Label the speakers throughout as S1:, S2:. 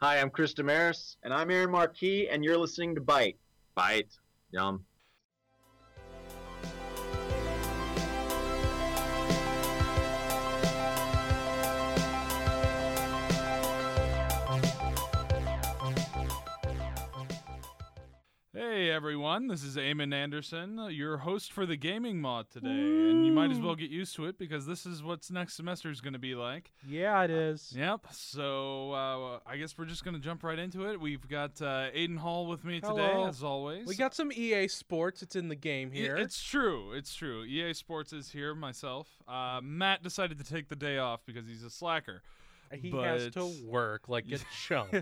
S1: Hi, I'm Chris Damaris.
S2: And I'm Aaron Marquis, and you're listening to Bite.
S1: Bite. Yum.
S3: Hey everyone, this is Eamon Anderson, uh, your host for the Gaming Mod today, and you might as well get used to it because this is what's next semester is going to be like.
S4: Yeah,
S3: Uh,
S4: it is.
S3: Yep. So uh, I guess we're just going to jump right into it. We've got uh, Aiden Hall with me today,
S4: Hello.
S3: as always.
S4: We got some EA Sports. It's in the game
S3: Yeah,
S4: here.
S3: It's true. It's true. EA Sports is here. Myself, uh, Matt decided to take the day off because he's a slacker.
S4: Uh, he has to
S3: but-
S4: work like a chump.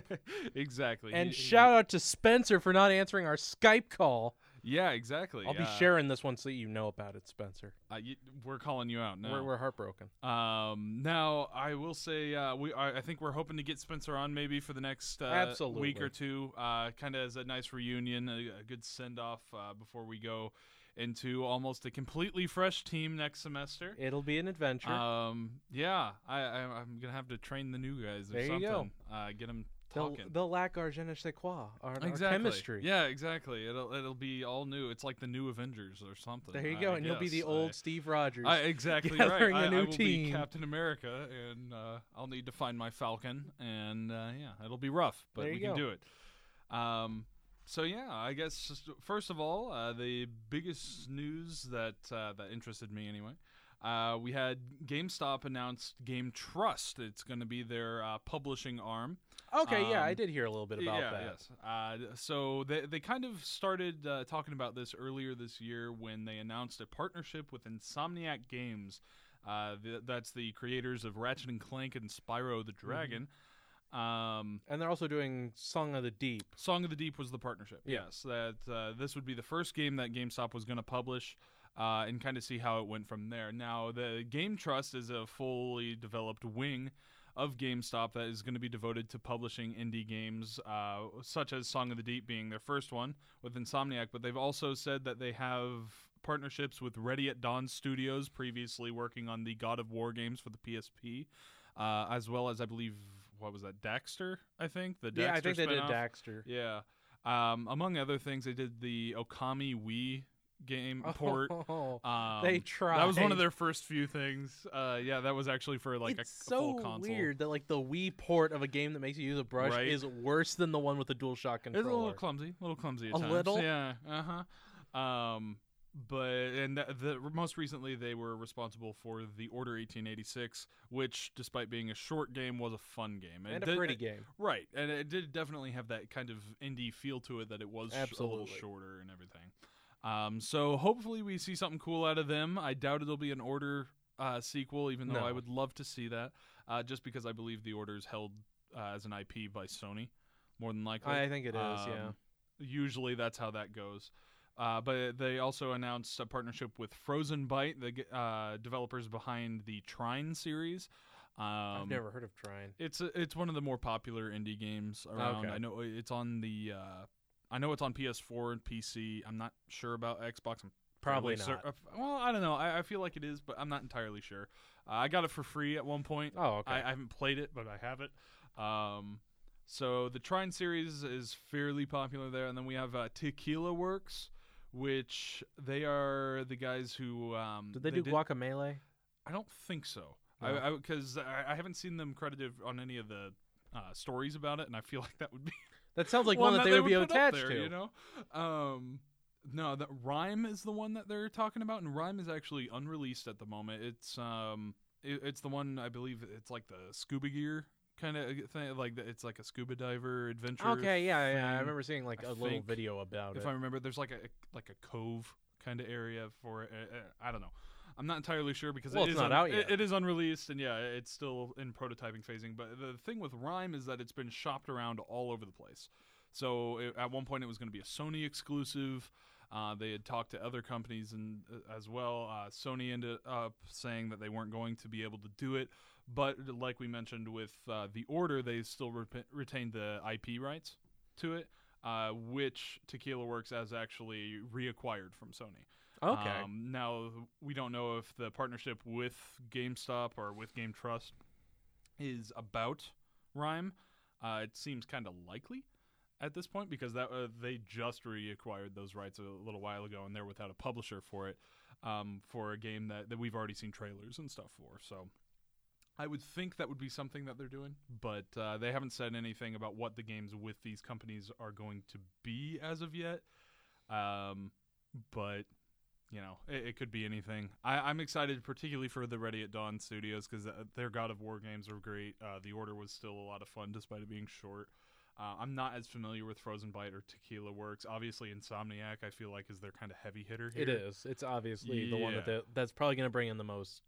S3: exactly.
S4: and
S3: He-
S4: shout out to Spencer for not answering our Skype call.
S3: Yeah, exactly.
S4: I'll be
S3: Uh,
S4: sharing this one so that you know about it, Spencer.
S3: uh, you- we're calling you out now.
S4: We're, we're heartbroken.
S3: Um, now I will say uh, we I, I think we're hoping to get Spencer on maybe for the next uh,
S4: Absolutely.
S3: week or two, uh, kind of as a nice reunion, a, a good send off uh, before we go into almost a completely fresh team next semester.
S4: It'll be an adventure.
S3: Um, yeah, I, I I'm gonna have to train the new guys or
S4: There you
S3: something.
S4: go.
S3: Uh, get them
S4: they'll,
S3: talking.
S4: they'll lack our je ne sais quoi, our, our
S3: Exactly.
S4: chemistry.
S3: Yeah, exactly. It'll it'll be all new. It's like the new Avengers or something.
S4: There you
S3: I
S4: go, and you'll be the
S3: guess. I-
S4: old Steve Rogers.
S3: I, exactly right.
S4: gathering
S3: I,
S4: a
S3: I
S4: new
S3: will be
S4: team.
S3: Captain America, and uh, I'll need to find my Falcon, and uh, yeah, it'll be rough, but
S4: There
S3: we
S4: you
S3: can
S4: go.
S3: do it. Um, so yeah, I guess just, first of all, uh, the biggest news that uh, that interested me anyway. Uh, we had GameStop announced Game Trust. It's going to be their uh, publishing arm.
S4: okay, yeah, I
S3: um,
S4: did hear a little bit about
S3: yeah,
S4: that.
S3: Yes. Uh, d- so they, they kind of started uh, talking about this earlier this year when they announced a partnership with Insomniac Games. Uh, th- that's the creators of Ratchet and Clank and Spyro the
S4: Mm-hmm.
S3: Dragon. Um,
S4: And they're also doing Song of the Deep.
S3: Song of the Deep was the partnership.
S4: Yeah.
S3: Yes, that uh, this would be the first game that GameStop was going to publish, uh, and kind of see how it went from there. Now, the Game Trust is a fully developed wing of GameStop that is going to be devoted to publishing indie games, uh, such as Song of the Deep being their first one with Insomniac. But they've also said that they have partnerships with Ready at Dawn Studios, previously working on the God of War games for the PSP, uh, as well as I believe. What was that? Daxter, I think. The Daxter
S4: yeah, I think they did
S3: spinoff.
S4: Daxter.
S3: Yeah. Um, among other things, they did the Okami Wii game port.
S4: Oh,
S3: Um,
S4: they
S3: That was one of
S4: tried.
S3: their first few things. Uh, yeah, that was actually for like
S4: it's
S3: a c-
S4: so
S3: full console.
S4: weird that like the Wii port of a game that makes you use a brush
S3: Right.
S4: is worse than the one with the DualShock controller.
S3: It's a little clumsy, a little clumsy. At
S4: A
S3: times.
S4: little?
S3: Yeah. Uh huh. Um, but and th- the most recently they were responsible for the Order 1886, which, despite being a short game, was a fun game It
S4: and a
S3: did-
S4: pretty game.
S3: Right, and it did definitely have that kind of indie feel to it that it was sh- a
S4: Absolutely.
S3: little shorter and everything. Um, so hopefully we see something cool out of them. I doubt it'll be an Order uh, sequel, even though I
S4: No.
S3: would love to see that, uh, just because I believe the Order is held uh, as an IP by Sony, more than likely.
S4: I think it is. yeah.
S3: Um, Usually that's how that goes. Uh, but they also announced a partnership with Frozen Byte, the g- uh, developers behind the Trine series. Um,
S4: I've never heard of trying.
S3: it's a, it's one of the more popular indie games around.
S4: Okay.
S3: I know it's on the. Uh, I know it's on PS4 and PC. I'm not sure about Xbox. I'm
S4: Probably
S3: fairly cer- uh,
S4: not.
S3: well, I don't know. I, I feel like it is, but I'm not entirely sure. Uh, I got it for free at one point.
S4: Oh, okay.
S3: I, I haven't played it, but I have it. Um, so the Trine series is fairly popular there, and then we have uh, Tequila Works, which they are the guys who um,
S4: did they, do
S3: did-
S4: Guacamole?
S3: I don't think so.
S4: No.
S3: I because I, 'cause I, I haven't seen them credited on any of the uh, stories about it, and I feel like that would be
S4: That sounds like one, that they, would be
S3: put up
S4: attached
S3: there,
S4: to.
S3: You know, um, no, that rhyme is the one that they're talking about, and rhyme is actually unreleased at the moment. It's um, it, it's the one I believe it's like the scuba gear kind of thing, like the- it's like a scuba diver adventure.
S4: Okay, yeah, yeah. I
S3: thing,
S4: remember seeing like
S3: I
S4: a little
S3: think,
S4: video about
S3: if
S4: it.
S3: I remember, there's like a like a cove kind of area for it. Uh, uh, I don't know. I'm not entirely sure because
S4: Well,
S3: it
S4: it's
S3: is
S4: not
S3: un-
S4: out
S3: it-
S4: yet.
S3: it is unreleased, and yeah, it's still in prototyping phasing. But the thing with Rhyme is that it's been shopped around all over the place. So it, at one point, it was going to be a Sony exclusive. Uh, they had talked to other companies and uh, as well. Uh, Sony ended up saying that they weren't going to be able to do it. But like we mentioned with uh, the order, they still rep- retained the IP rights to it, uh, which Tequila Works has actually reacquired from Sony.
S4: okay.
S3: Um, now we don't know if the partnership with GameStop or with GameTrust is about Rhyme. Uh, Uh, it seems kind of likely at this point because that uh, they just reacquired those rights a little while ago, and they're without a publisher for it um, for a game that, that we've already seen trailers and stuff for. So I would think that would be something that they're doing, but uh, they haven't said anything about what the games with these companies are going to be as of yet. Um, but you know, it, it could be anything. I, I'm excited, particularly for the Ready at Dawn studios, because their God of War games were great. Uh, the Order was still a lot of fun, despite it being short. Uh, I'm not as familiar with Frozen Bite or Tequila Works. Obviously, Insomniac, I feel like, is their kind of heavy hitter here.
S4: It is. It's obviously the one that
S3: Yeah.
S4: they, that's probably going to bring in the most.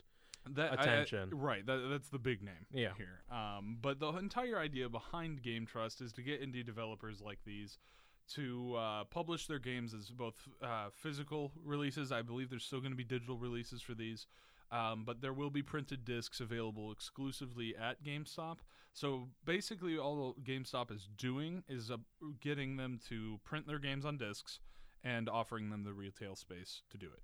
S3: That- I- I-
S4: Attention.
S3: right. That, that's the big name
S4: Yeah.
S3: here. Um, but the entire idea behind Game Trust is to get indie developers like these to uh, publish their games as both uh, physical releases. I believe there's still going to be digital releases for these. Um, but there will be printed discs available exclusively at GameStop. So basically, all GameStop is doing is uh, getting them to print their games on discs and offering them the retail space to do it.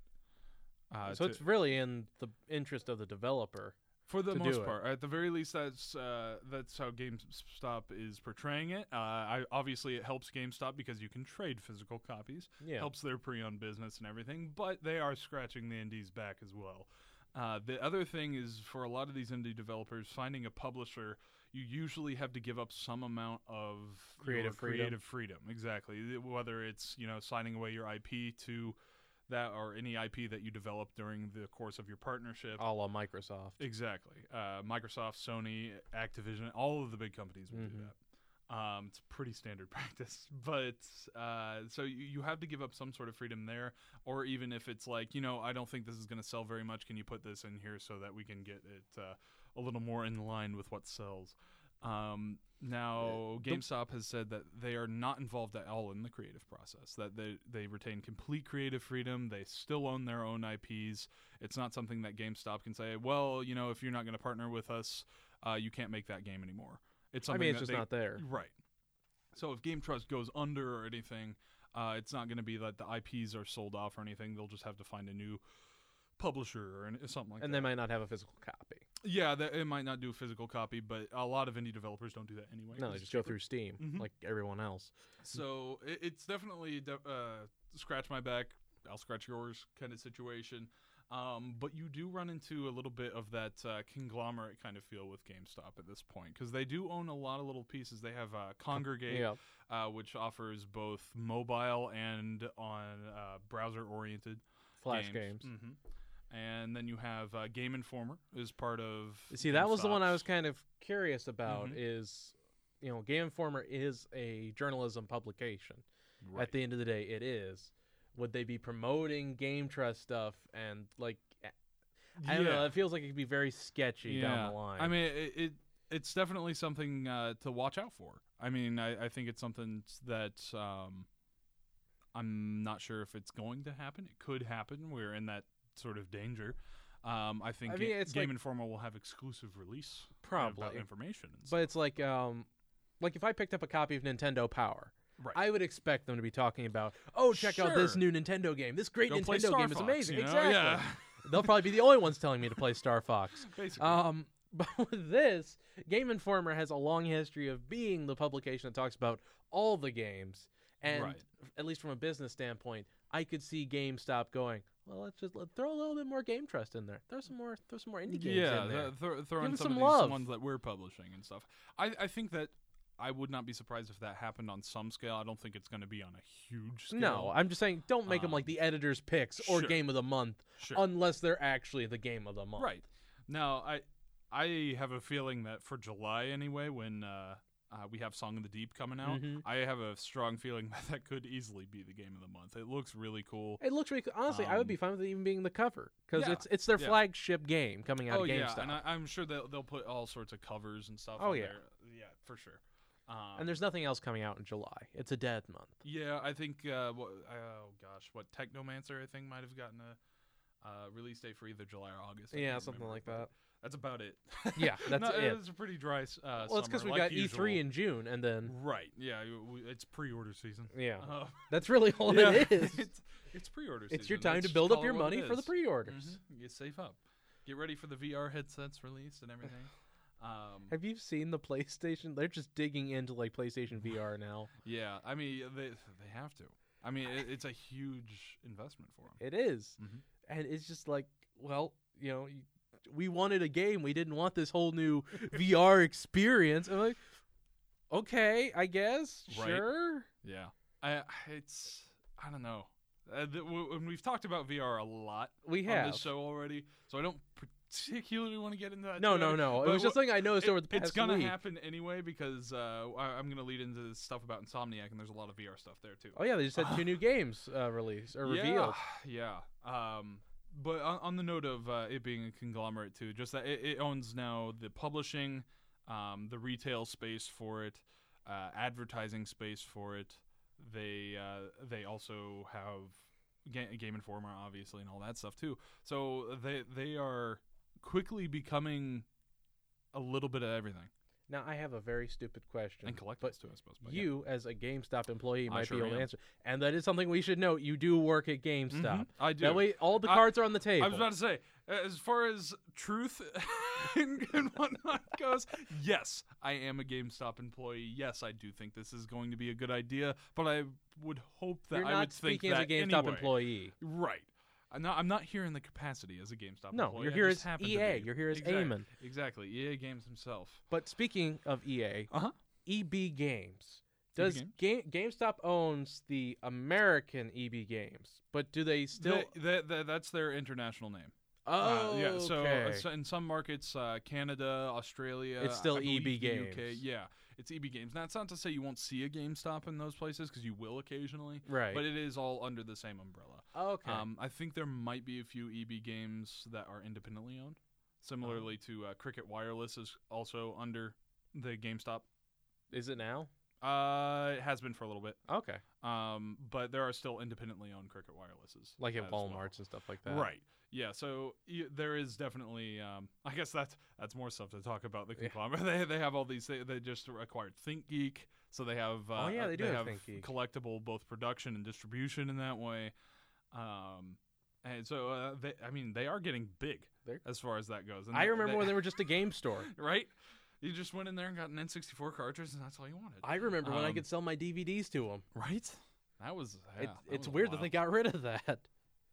S3: Uh,
S4: so
S3: to-
S4: it's really in the interest of the developer.
S3: for the
S4: to do
S3: most
S4: it.
S3: part, at the very least, that's uh, that's how GameStop is portraying it. Uh, I, obviously, it helps GameStop because you can trade physical copies.
S4: Yeah.
S3: Helps their pre-owned business and everything, but they are scratching the indies back as well. Uh, the other thing is for a lot of these indie developers, finding a publisher, you usually have to give up some amount of your
S4: Creative freedom.
S3: creative freedom. Exactly, Th- whether it's you know signing away your IP to that or any IP that you develop during the course of your partnership.
S4: A la Microsoft.
S3: Exactly. Uh, Microsoft, Sony, Activision, all of the big companies would do
S4: Mhm.
S3: that. Um, it's pretty standard practice. But uh, so you, you have to give up some sort of freedom there. Or even if it's like, you know, I don't think this is going to sell very much. Can you put this in here so that we can get it uh, a little more in line with what sells? Um, now, GameStop has said that they are not involved at all in the creative process, that they, they retain complete creative freedom. They still own their own IPs. It's not something that GameStop can say, well, you know, if you're not going to partner with us, uh, you can't make that game anymore. It's
S4: I
S3: something
S4: mean,
S3: that
S4: it's just
S3: they-
S4: not there.
S3: Right. So if Game Trust goes under or anything, uh, it's not going to be that the IPs are sold off or anything. They'll just have to find a new publisher or an- something like
S4: and
S3: that.
S4: they might not have a physical copy.
S3: yeah, that, it might not do a physical copy, but a lot of indie developers don't do that anyway.
S4: No,
S3: 'cause
S4: they
S3: it's
S4: just go
S3: cheaper.
S4: through Steam
S3: Mhm.
S4: like everyone else.
S3: So it, it's definitely de- uh, scratch my back, I'll scratch yours kind of situation. Um, but you do run into a little bit of that uh, conglomerate kind of feel with GameStop at this point because they do own a lot of little pieces. They have uh, Congregate,
S4: Yeah.
S3: uh, which offers both mobile and on uh, browser-oriented
S4: Flash games.
S3: hmm And then you have uh, Game Informer is part of.
S4: See, that was the one I was
S3: Mm. GameStop's-
S4: kind of curious about
S3: Mhm.
S4: is, you know, Game Informer is a journalism publication.
S3: Right.
S4: At the end of the day, it is. Would they be promoting Game Trust stuff and like I don't
S3: Yeah.
S4: know, it feels like it could be very sketchy
S3: Yeah.
S4: down the line.
S3: I mean, it, it it's definitely something uh, to watch out for. I mean, I, I think it's something that um, I'm not sure if it's going to happen. It could happen. We're in that sort of danger. Um, I think
S4: I mean,
S3: Ga-
S4: it's
S3: Game
S4: like-
S3: Informer will have exclusive release about
S4: probably.
S3: information. and stuff.
S4: But it's like um like if I picked up a copy of Nintendo Power,
S3: right.
S4: I would expect them to be talking about, "Oh, check out this
S3: Sure.
S4: new Nintendo game. This great
S3: Go play
S4: Nintendo
S3: Star
S4: game is
S3: Fox,
S4: amazing."
S3: you know?
S4: Exactly.
S3: Yeah.
S4: They'll probably be the only ones telling me to play Star Fox.
S3: Basically.
S4: Um, but with this, Game Informer has a long history of being the publication that talks about all the games, and
S3: Right.
S4: f- at least from a business standpoint, I could see GameStop going, "Well, let's just let, throw a little bit more Game Trust in there. Throw some more, throw some more indie games
S3: yeah,
S4: in there."
S3: th- throw- throw in
S4: Give it
S3: some,
S4: some
S3: of these
S4: love.
S3: ones that we're publishing and stuff. I, I think that I would not be surprised if that happened on some scale. I don't think it's going to be on a huge scale.
S4: no, I'm just saying, don't make them like
S3: Um,
S4: the editor's picks or
S3: sure.
S4: game of the month,
S3: sure.
S4: unless they're actually the game of the month.
S3: Right. Now, I I have a feeling that for July anyway, when uh, uh, we have Song of the Deep coming out,
S4: Mhm.
S3: I have a strong feeling that that could easily be the game of the month. It looks really cool.
S4: It looks really cool. honestly. I would be
S3: Um,
S4: fine with it even being the cover because
S3: yeah,
S4: it's it's their
S3: yeah.
S4: flagship game coming out
S3: oh
S4: of
S3: yeah,
S4: GameStop,
S3: and I, I'm sure they'll they'll put all sorts of covers and stuff.
S4: Oh,
S3: on
S4: yeah.
S3: there. yeah, for sure. Um,
S4: and there's nothing else coming out in July. It's a dead month.
S3: yeah, I think uh, what, oh gosh, what Technomancer I think might have gotten a uh, release date for either July or August. I
S4: Yeah,
S3: can't
S4: something
S3: remember,
S4: like
S3: but
S4: that.
S3: That's about it.
S4: Yeah, that's
S3: No,
S4: it.
S3: It's a pretty dry. s- Uh,
S4: well, it's because we
S3: summer,
S4: got
S3: like
S4: E3
S3: usual.
S4: in June, and then
S3: Right. Yeah. y- w- It's pre-order season.
S4: yeah,
S3: Uh,
S4: that's really all
S3: yeah,
S4: it is.
S3: It's, it's pre-order season.
S4: It's your time
S3: Let's
S4: to
S3: just
S4: build up
S3: call
S4: your
S3: it what it
S4: money for the
S3: is. Mm-hmm.
S4: pre-orders.
S3: Mhm, You save up. Get ready for the VR headsets released and everything. Um,
S4: Have you seen the PlayStation? They're just digging into like PlayStation VR now.
S3: yeah, I mean they they have to. I mean it, it's a huge investment for them.
S4: It is.
S3: Mhm.
S4: and it's just like, well, you know, you, we wanted a game. We didn't want this whole new VR experience. I'm like, okay, I guess,
S3: Right.
S4: sure.
S3: Yeah, I it's I don't know. Uh, th- w- and we've talked about VR a lot
S4: We
S3: on
S4: have.
S3: this show already, so I don't particularly want to get into that.
S4: No,
S3: too
S4: no,
S3: much.
S4: no. It
S3: But
S4: was just
S3: wha-
S4: something I noticed
S3: It-
S4: over the past
S3: it's gonna
S4: week.
S3: happen anyway because uh, I, I'm gonna lead into this stuff about Insomniac, and there's a lot of VR stuff there too.
S4: Oh yeah, they just had two new games uh, released or revealed.
S3: Yeah. yeah. Um, but on, on the note of uh, it being a conglomerate too, just that it, it owns now the publishing, um, the retail space for it, uh, advertising space for it. They uh, they also have Ga- Game Informer obviously and all that stuff too. So they they are quickly becoming a little bit of everything
S4: Now I have a very stupid question.
S3: and collectibles
S4: but
S3: too, I suppose. but yeah.
S4: you, as a GameStop employee,
S3: I
S4: might
S3: sure
S4: be able
S3: am.
S4: to answer. And that is something we should note. You do work at GameStop.
S3: Mhm. I do.
S4: That way, all the
S3: I-
S4: cards are on the table.
S3: I was about to say, as far as truth and, and whatnot goes, yes, I am a GameStop employee. Yes, I do think this is going to be a good idea, but I would hope that
S4: You're
S3: I
S4: not
S3: would think
S4: speaking as a
S3: that
S4: GameStop
S3: anyway.
S4: employee.
S3: Right. I'm not, I'm not here in the capacity as a GameStop
S4: No,
S3: employee.
S4: you're
S3: I
S4: here
S3: just
S4: as
S3: happen to
S4: EA.
S3: be.
S4: You're here as
S3: exactly.
S4: Eamon.
S3: Exactly. EA Games himself.
S4: But speaking of E EA,
S3: Uh-huh. E
S4: EB Games. Does
S3: Games?
S4: Game GameStop owns the American EB Games, but do they still?
S3: They- they- they- that's their international name.
S4: oh,
S3: Uh, yeah. So, uh,
S4: okay.
S3: so in some markets, uh, Canada, Australia,
S4: It's still
S3: I believe
S4: EB
S3: the UK,
S4: Games.
S3: yeah, it's EB Games. Now, it's not to say you won't see a GameStop in those places because you will occasionally,
S4: right.
S3: but it is all under the same umbrella.
S4: okay.
S3: Um, I think there might be a few EB Games that are independently owned. Similarly
S4: Oh.
S3: to uh, Cricket Wireless is also under the GameStop.
S4: is it now?
S3: Uh, it has been for a little bit,
S4: Okay.
S3: um, but there are still independently owned Cricket Wirelesses,
S4: Like at
S3: as
S4: Walmarts
S3: well.
S4: and stuff like that.
S3: Right. Yeah. So y- there is definitely. Um, I guess that's that's more stuff to talk about. The
S4: Yeah.
S3: conglomerate. They they have all these. They, they just acquired ThinkGeek. So they have. Uh,
S4: Oh, yeah,
S3: uh,
S4: they do
S3: have,
S4: have ThinkGeek.
S3: collectible both production and distribution in that way. Um, and so uh, they, I mean, they are getting big
S4: They're-
S3: as far as that goes. And
S4: I
S3: they-
S4: remember
S3: they,
S4: when they were just a game store.
S3: right. You just went in there and got an N64 cartridge, and that's all you wanted.
S4: I remember when I
S3: Um,
S4: could sell my DVDs to them.
S3: right. That was. Yeah, that
S4: it's
S3: was
S4: weird
S3: wild.
S4: that they got rid of that.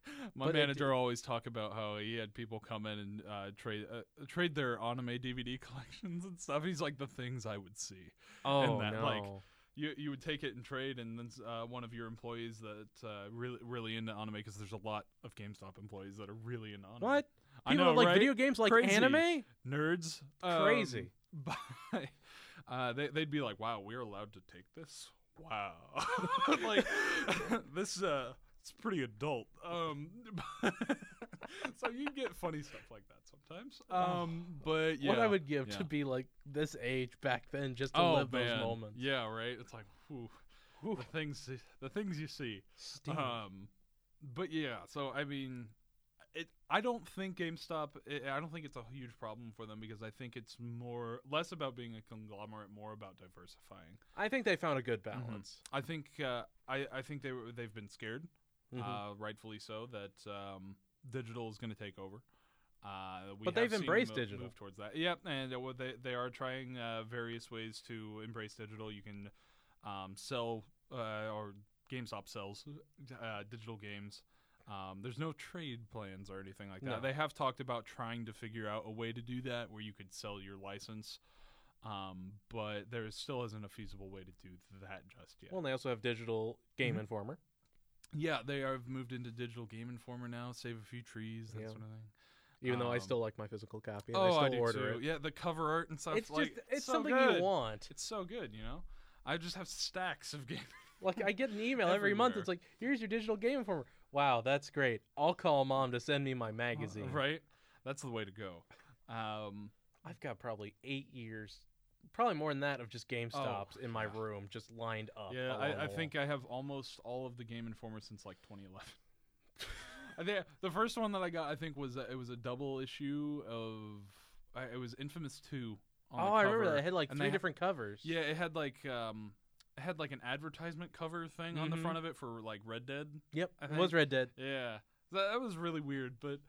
S3: My
S4: But it
S3: manager always talk about how he had people come in and uh, trade uh, trade their anime DVD collections and stuff. He's like the things I would see.
S4: Oh
S3: that,
S4: no.
S3: like, You you would take it and trade, and then uh, one of your employees that uh, really really into anime because there's a lot of GameStop employees that are really into anime.
S4: what?
S3: I
S4: People
S3: know,
S4: don't like
S3: right?
S4: video games like
S3: Crazy.
S4: anime?
S3: nerds
S4: Crazy.
S3: Um, but, uh, they they'd be like, "Wow, we're allowed to take this. Wow, like this. Uh, it's pretty adult." Um, so you get funny stuff like that sometimes. Um,
S4: Oh.
S3: but yeah,
S4: Uh, What I would give
S3: yeah.
S4: to be like this age back then just to
S3: oh
S4: live
S3: man,
S4: those moments.
S3: yeah, right. It's like, whew, the things the things you see.
S4: Steam.
S3: Um, but yeah, so I mean, it. I don't think GameStop. i I don't think it's a huge problem for them because I think it's more less about being a conglomerate, more about diversifying.
S4: I think they found a good
S3: Mm-hmm.
S4: balance.
S3: I think. Uh, I I think they were they've been scared,
S4: Mhm.
S3: uh, rightfully so, that um, digital is going to take over. Uh, we have
S4: But they've
S3: seen them
S4: embraced
S3: mo-
S4: digital.
S3: Move towards that. Yep, and uh, well, they they are trying uh, various ways to embrace digital. You can um, sell uh, or GameStop sells uh, digital games. Um, there's no trade plans or anything like that.
S4: No.
S3: They have talked about trying to figure out a way to do that where you could sell your license, um, but there still isn't a feasible way to do that just yet.
S4: Well, and they also have digital Game
S3: Mhm.
S4: Informer.
S3: yeah, they have moved into digital game informer now. Save a few trees, that
S4: Yeah.
S3: sort of thing.
S4: Even though I
S3: Um,
S4: still like my physical copy, and
S3: oh,
S4: I still
S3: do
S4: order
S3: too.
S4: it.
S3: Yeah, the cover art and stuff.
S4: It's
S3: like,
S4: just it's
S3: so
S4: something
S3: good.
S4: you want.
S3: It's so good, you know. I just have stacks of games.
S4: Like I get an email every month. It's like, here's your digital Game Informer. Wow, that's great. I'll call mom to send me my magazine.
S3: Uh, right? That's the way to go. Um,
S4: I've got probably eight years, probably more than that, of just GameStops in my
S3: Oh, yeah.
S4: room, just lined up.
S3: Yeah,
S4: along
S3: I, I
S4: the
S3: think I have almost all of the Game Informer since like 2011. I think the first one that I got, I think, was a, it was a double issue of I, it was Infamous Two. On the
S4: wall. Oh, I remember
S3: cover,
S4: that. It had like
S3: and
S4: three
S3: they ha-
S4: different covers.
S3: Yeah, it had like um, it had like an advertisement cover thing on the
S4: Mhm.
S3: front of it for like Red Dead.
S4: Yep.
S3: I
S4: It was
S3: think-
S4: Red Dead.
S3: Yeah, that, that was really weird, but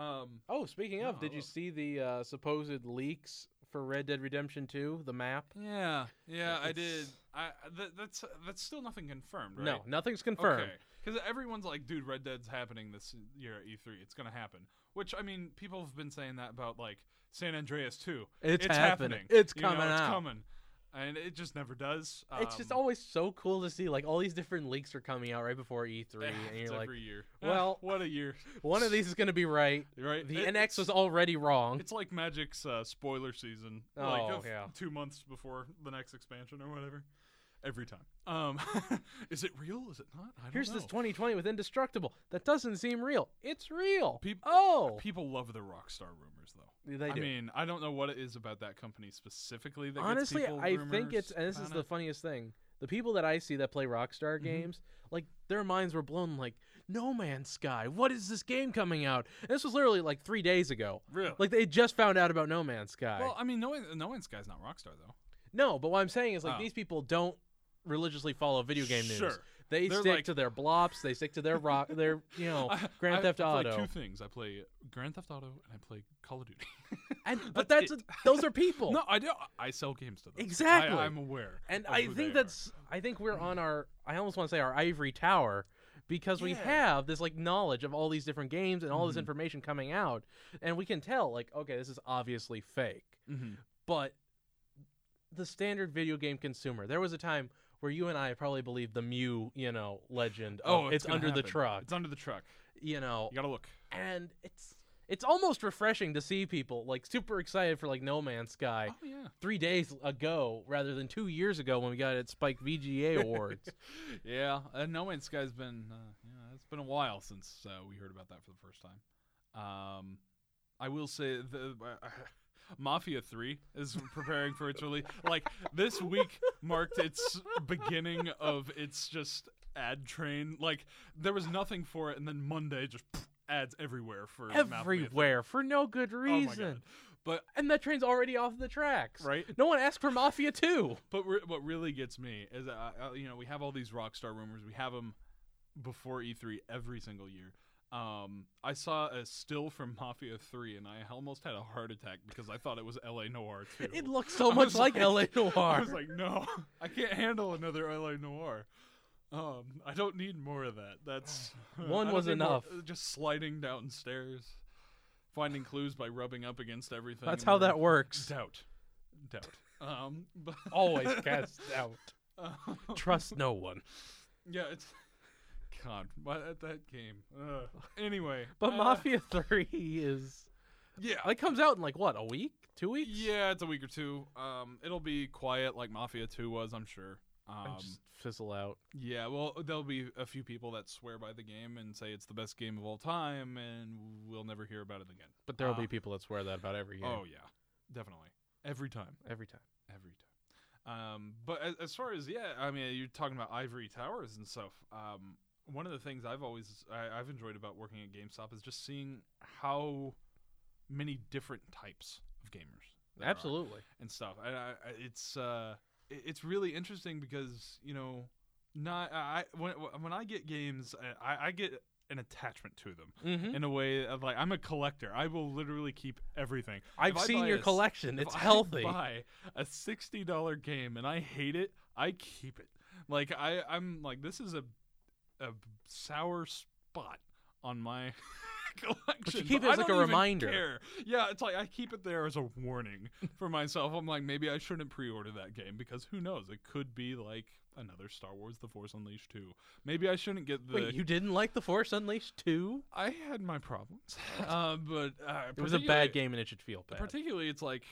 S3: um,
S4: Oh, speaking of,
S3: No, I
S4: did you
S3: love-
S4: see the uh, supposed leaks for Red Dead Redemption 2, the map.
S3: Yeah, yeah, I did.
S4: It's-
S3: I th- that's that's still nothing confirmed, right?
S4: No, nothing's confirmed.
S3: Because everyone's like, dude, Red Dead's happening this year at E3. It's gonna happen. Which I mean, people have been saying that about like San Andreas too.
S4: It's, happening.
S3: happening.
S4: It's
S3: You know,
S4: coming
S3: It's
S4: out.
S3: coming. And it just never does.
S4: It's just
S3: Um,
S4: always so cool to see like all these different leaks are coming out right before E3
S3: eh,
S4: and
S3: it's
S4: you're like
S3: every year. Eh,
S4: well-
S3: what a year,
S4: one of these is going to be right.
S3: right?
S4: The
S3: It-
S4: NX was
S3: it's-
S4: already wrong.
S3: It's like Magic's uh, spoiler season, like
S4: Oh,
S3: of
S4: yeah.
S3: two months before the next expansion or whatever. Every time. Um, is it real? Is it not? I don't
S4: Here's
S3: know.
S4: this 2020 with Indestructible. That doesn't seem real. It's real.
S3: Peop-
S4: oh,
S3: People love the Rockstar rumors, though.
S4: they
S3: I
S4: do.
S3: mean, I don't know what it is about that company specifically that
S4: Honestly,
S3: gets people
S4: I think
S3: rumors
S4: it's and this is
S3: about
S4: the
S3: it.
S4: funniest thing. The people that I see that play Rockstar
S3: Mhm.
S4: games, like their minds were blown. Like No Man's Sky. What is this game coming out? And this was literally like three days ago.
S3: really.
S4: Like they just found out about No Man's Sky.
S3: well, I mean, no, one- no one's guy's not Rockstar though.
S4: No, but what I'm saying is like
S3: Oh.
S4: these people don't religiously follow video game news.
S3: Sure.
S4: They
S3: They're
S4: stick
S3: like-
S4: to their blops. They stick to their rock. Their you know
S3: I-
S4: Grand
S3: I-
S4: Theft
S3: I
S4: Auto.
S3: Play two things. I play Grand Theft Auto and I play Call of Duty.
S4: and but
S3: That's
S4: that's
S3: it.
S4: a, those are people.
S3: no, I do. I sell games to them.
S4: Exactly.
S3: I, am aware.
S4: and
S3: of
S4: I
S3: who
S4: think
S3: they are.
S4: that's I think we're on our I almost want to say our ivory tower because we
S3: Yeah.
S4: have this like knowledge of all these different games and all this
S3: Mhm.
S4: information coming out and we can tell like okay this is obviously fake
S3: Mhm.
S4: but the standard video game consumer there was a time where you and I probably believed the Mew you know legend of
S3: Oh,
S4: it's,
S3: gonna
S4: under the
S3: happen.
S4: truck
S3: It's under the truck.
S4: you know
S3: You gotta look.
S4: and it's it's almost refreshing to see people like super excited for like No Man's Sky
S3: oh yeah.
S4: three days ago rather than two years ago when we got it at Spike VGA Awards.
S3: yeah, uh, No Man's Sky's been uh, yeah, it's been a while since uh, we heard about that for the first time. Um, I will say the uh, Mafia Three is preparing for its release. Like this week marked its beginning of its just ad train. Like there was nothing for it, and then Monday just ads everywhere for Mafia 3.
S4: Everywhere for no good
S3: Oh my God.
S4: reason.
S3: But
S4: and that train's already off the tracks.
S3: right,
S4: No one asked for Mafia 2.
S3: But re- what really gets me is, uh, uh, you know, we have all these Rockstar rumors. We have them before E3 every single year. Um, I saw a still from Mafia 3, and I almost had a heart attack because I thought it was L.A. Noir 2.
S4: It looks so
S3: I
S4: much
S3: was
S4: like,
S3: like-
S4: LA Noir.
S3: I was like, no, I can't handle another L.A. Noir. Um, I don't need more of that. That's
S4: One
S3: I don't
S4: was
S3: need more-
S4: enough.
S3: uh, just sliding downstairs, finding clues by rubbing up against everything.
S4: That's
S3: and
S4: how
S3: then-
S4: that works.
S3: Doubt, doubt. Um, but
S4: Always cast doubt.
S3: Um,
S4: Trust no one.
S3: yeah, it's God, why that, that game. Uh, anyway,
S4: But
S3: uh,
S4: Mafia 3 is.
S3: yeah,
S4: It comes out in like what, a week? Two weeks?
S3: yeah, it's a week or two. Um, it'll be quiet like Mafia Two was, I'm sure. Um,
S4: And just fizzle out.
S3: yeah, well, there'll be a few people that swear by the game and say it's the best game of all time, and we'll never hear about it again.
S4: But there will
S3: uh,
S4: be people that swear that about every game.
S3: Oh yeah, definitely every time.
S4: Every time.
S3: every time. Um, but as, as far as yeah, I mean, you're talking about ivory towers and stuff. Um, one of the things I've always I, I've enjoyed about working at GameStop is just seeing how many different types of gamers there are
S4: Absolutely.
S3: and stuff. And I, I- it's uh, it- it's really interesting because you know, not I I- when when I get games, I, I get an attachment to them
S4: Mm-hmm.
S3: in a way of like I'm a collector. I will literally keep everything.
S4: I've
S3: I
S4: seen
S3: buy
S4: your
S3: a s-
S4: collection.
S3: If
S4: It's
S3: I
S4: healthy.
S3: buy a sixty dollar game and I hate it, I keep it. Like I, I'm like this is a a sour spot on my collection.
S4: keep it
S3: I
S4: as, like, a
S3: don't even
S4: reminder.
S3: care. Yeah, it's like I keep it there as a warning for myself. I'm like maybe I shouldn't pre-order that game because who knows? It could be like another Star Wars: The Force Unleashed two. Maybe I shouldn't get the.
S4: Wait, you didn't like The Force Unleashed 2?
S3: I had my problems, uh, but uh,
S4: It was a bad
S3: particularly-
S4: game and it should feel bad.
S3: Particularly, it's like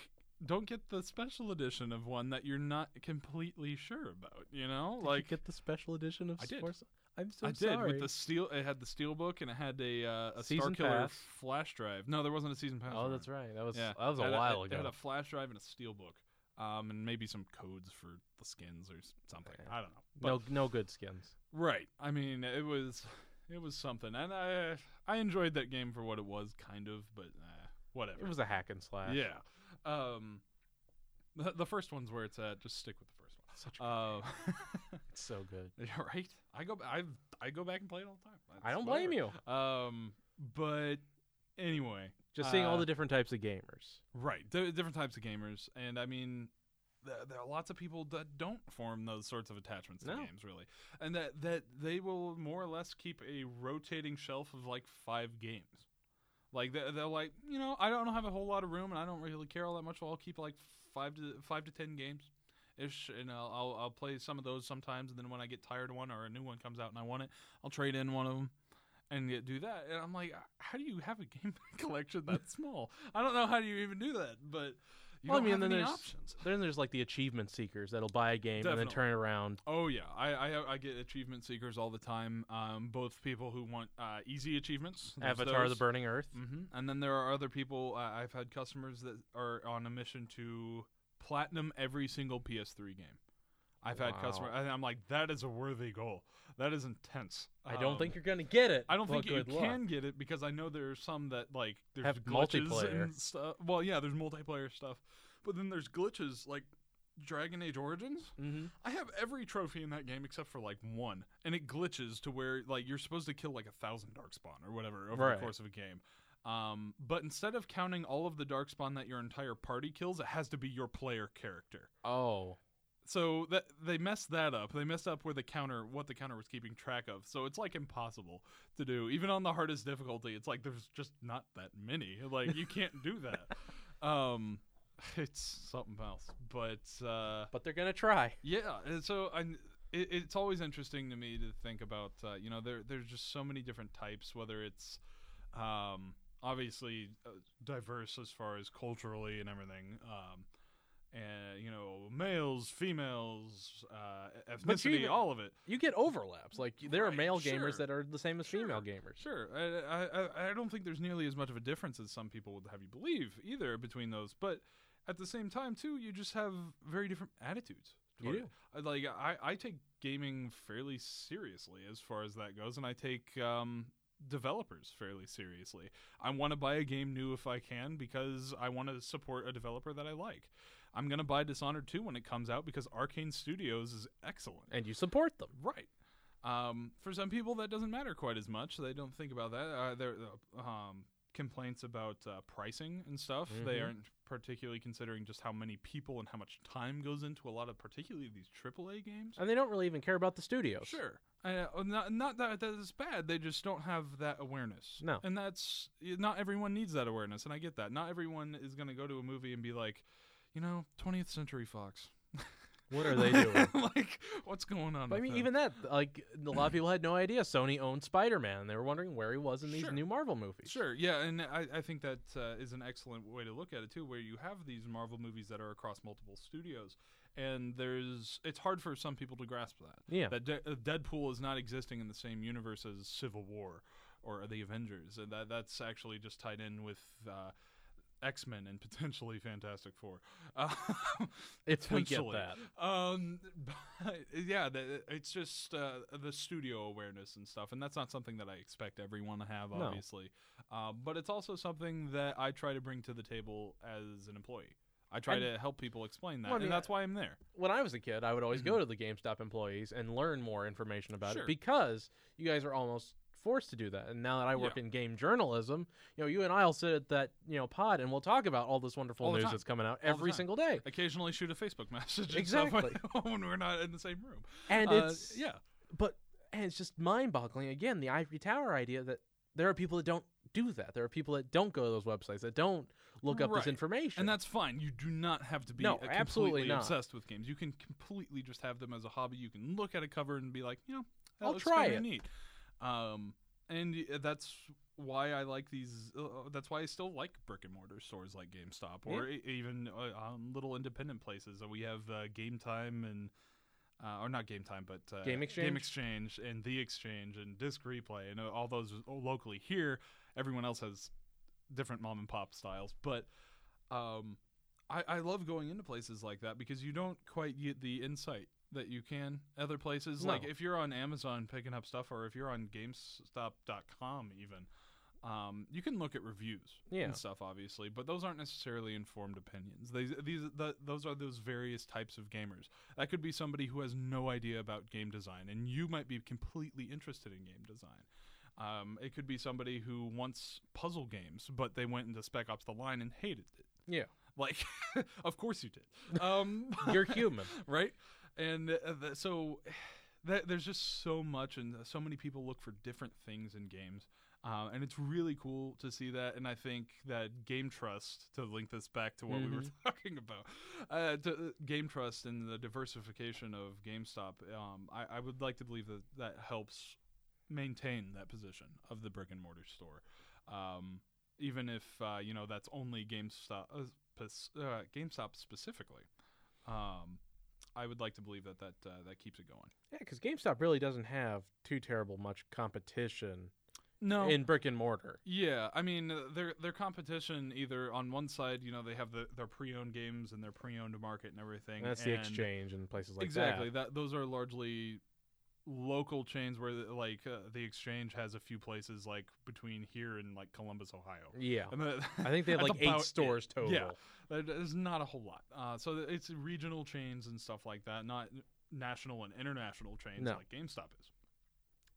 S3: don't get the special edition of one that you're not completely sure about. You know,
S4: Did you
S3: like
S4: get the special edition of
S3: I did.
S4: Force- I'm so
S3: I did
S4: sorry.
S3: with the steel. It had the steel book and it had a uh, a Star
S4: Season
S3: Killer
S4: pass.
S3: flash drive. No, there wasn't a season pass.
S4: oh,
S3: for
S4: that's
S3: it.
S4: right. That was
S3: uh, Yeah,
S4: that was a
S3: It had
S4: while
S3: it
S4: ago.
S3: had a flash drive and a steel book, um, and maybe some codes for the skins or s- something.
S4: Yeah.
S3: I don't know. But
S4: no, no good skins.
S3: Right. I mean, it was it was something, and I I enjoyed that game for what it was, kind of, but uh, whatever.
S4: It was a hack and slash.
S3: Yeah. Um, the, the first one's where it's at. Just stick with the first one.
S4: Such a good
S3: Uh,
S4: it's so good.
S3: yeah, right. I go. I I go back and play it all the time.
S4: I
S3: That's
S4: don't blame you.
S3: whatever. Um, but anyway,
S4: Just seeing all
S3: Uh,
S4: the different types of gamers.
S3: Right, there are different types of gamers, and I mean, there, there are lots of people that don't form those sorts of attachments to
S4: No.
S3: games, really, and that that they will more or less keep a rotating shelf of like five games. Like they're, they're like, you know, I don't have a whole lot of room, and I don't really care all that much. Well, I'll keep like five to five to ten games. Ish, and I'll, I'll I'll play some of those sometimes, and then when I get tired of one or a new one comes out and I want it, I'll trade in one of them and get, do that. And I'm like, how do you have a game collection that small? I don't know how do you even do that, but you
S4: Well, I
S3: don't
S4: mean,
S3: have
S4: then
S3: any
S4: there's-
S3: options.
S4: Then there's like the achievement seekers that'll buy a game and
S3: Definitely.
S4: then turn around.
S3: Oh yeah, I, I I get achievement seekers all the time. Um, both people who want uh, easy achievements. there's
S4: Avatar:
S3: those.
S4: The Burning Earth.
S3: hmm And then there are other people. Uh, I've had customers that are on a mission to platinum every single PS3 game. I've had customer.
S4: Wow.
S3: and I'm like, that is a worthy goal. That is intense.
S4: I don't
S3: Um,
S4: think you're gonna get it.
S3: I don't
S4: Well,
S3: think you
S4: good luck.
S3: can get it because I know there's some that like there's
S4: Have
S3: glitches
S4: multiplayer.
S3: and stuff. Well, yeah, there's multiplayer stuff, but then there's glitches like Dragon Age Origins.
S4: Mhm.
S3: I have every trophy in that game except for like one, and it glitches to where like you're supposed to kill like a thousand darkspawn or whatever over
S4: Right.
S3: the course of a game. Um, but instead of counting all of the darkspawn that your entire party kills, it has to be your player character
S4: Oh,
S3: so that they messed that up. They messed up where the counter, what the counter was keeping track of. So it's like impossible to do, even on the hardest difficulty. It's like there's just not that many. Like you can't do that. um, it's something else. But uh,
S4: but they're gonna try.
S3: yeah, and so I, it, it's always interesting to me to think about. Uh, you know, there there's just so many different types. Whether it's um, obviously uh, diverse as far as culturally and everything. Um, and you know, males, females, uh, e-
S4: But you
S3: ethnicity,
S4: even-
S3: all of it.
S4: You get overlaps. Like there are
S3: Right,
S4: male
S3: sure.
S4: gamers that are the same as female
S3: Sure.
S4: gamers.
S3: Sure, I, I- I I don't think there's nearly as much of a difference as some people would have you believe either between those. But at the same time, too, you just have very different attitudes.
S4: You
S3: toward
S4: do.
S3: it. I- Like I, I take gaming fairly seriously as far as that goes, and I take um, developers fairly seriously. I want to buy a game new if I can because I want to support a developer that I like. I'm gonna buy Dishonored 2 when it comes out because Arcane Studios is excellent.
S4: and you support them.
S3: Right. Um, for some people, that doesn't matter quite as much. They don't think about that. Uh, there uh, um, complaints about uh, pricing and stuff. They
S4: Mhm.
S3: aren't particularly considering just how many people and how much time goes into a lot of particularly these AAA games.
S4: And they don't really even care about the studios.
S3: Sure. Uh, not, not that that is bad. They just don't have that awareness.
S4: No.
S3: And that's not everyone needs that awareness, and I get that. Not everyone is going to go to a movie and be like, you know, 20th Century Fox.
S4: What are they doing?
S3: like, what's going on?
S4: But I
S3: with
S4: mean,
S3: them?
S4: even that, like, a lot of people had no idea Sony owned Spider Man. and They were wondering where he was in these
S3: Sure.
S4: new Marvel movies.
S3: Sure, yeah, and I, I think that uh, is an excellent way to look at it too, where you have these Marvel movies that are across multiple studios, and there's it's hard for some people to grasp that
S4: Yeah.
S3: that De- uh, Deadpool is not existing in the same universe as Civil War or the Avengers, and that that's actually just tied in with. Uh, X Men and potentially Fantastic Four. Uh,
S4: if we get
S3: potentially.
S4: that.
S3: Um, but, yeah, the, it's just uh, the studio awareness and stuff, and that's not something that I expect everyone to have,
S4: No.
S3: obviously. Uh, but it's also something that I try to bring to the table as an employee. I try
S4: And-
S3: to help people explain that,
S4: Well, I mean,
S3: and that's why I'm there.
S4: When I was a kid, I would always go to the GameStop employees and learn more information about
S3: Mm-hmm. Sure.
S4: it because you guys are almost forced to do that. And now that I work in game journalism, you know, you and I'll sit at that, you know, pod and we'll talk about all this wonderful
S3: All the
S4: news
S3: time.
S4: that's coming out
S3: All the
S4: every
S3: time.
S4: single day.
S3: Occasionally, shoot a Facebook message and stuff when- when we're not in the same room.
S4: And
S3: Uh,
S4: it's
S3: yeah,
S4: but and it's just mind-boggling again the ivory tower idea that there are people that don't do that there are people that don't go to those websites that don't look up
S3: Right.
S4: this information
S3: and that's fine. You do not have to be
S4: No,
S3: uh, completely
S4: absolutely not.
S3: obsessed with games. You can completely just have them as a hobby. You can look at a cover and be like, you know, that
S4: I'll
S3: looks
S4: try
S3: kinda
S4: it.
S3: Neat. Um, and y- that's why I like these. Uh, that's why I still like brick and mortar stores like GameStop or e- even uh, um, little independent places. Uh, We have uh, Game Time and. Uh, or not game time, but uh,
S4: Game Exchange?
S3: Exchange and the exchange and disc replay and uh, all those locally here. Everyone else has different mom and pop styles, but um, I, I love going into places like that because you don't quite get the insight that you can other places. Like
S4: No.
S3: if you're on Amazon picking up stuff, or if you're on GameStop.com, even um, you can look at reviews
S4: Yeah.
S3: and stuff, obviously. But those aren't necessarily informed opinions. These these the, those are those various types of gamers. That could be somebody who has no idea about game design, and you might be completely interested in game design. Um, it could be somebody who wants puzzle games, but they went into Spec Ops: The Line and hated it.
S4: Yeah.
S3: like of course you did. Um,
S4: You're human.
S3: right? And uh, th- so that, there's just so much, and uh, so many people look for different things in games. Uh, and it's really cool to see that. And I think that Game Trust, to link this back to what we were talking about, uh, to, Game Trust and the diversification of GameStop, um, I, I would like to believe that that helps maintain that position of the brick and mortar store. Um, even if uh, you know that's only GameStop, uh, pos- uh, GameStop specifically, um, I would like to believe that that uh, that keeps it going.
S4: Yeah, because GameStop really doesn't have too terrible much competition
S3: No,
S4: in brick and mortar.
S3: yeah, I mean uh, their their competition either on one side, you know, they have the, their pre-owned games and their pre-owned market and everything.
S4: And that's the
S3: and-
S4: exchange and places like
S3: exactly
S4: that.
S3: that. Those are largely local chains where the- like uh, the exchange has a few places like between here and like Columbus, Ohio.
S4: Yeah.
S3: And the-
S4: I think they have
S3: that's
S4: like eight
S3: about it.
S4: stores total.
S3: Yeah. There- There's not a whole lot. Uh, so th- it's regional chains and stuff like that, not national and international chains
S4: No.
S3: like GameStop is.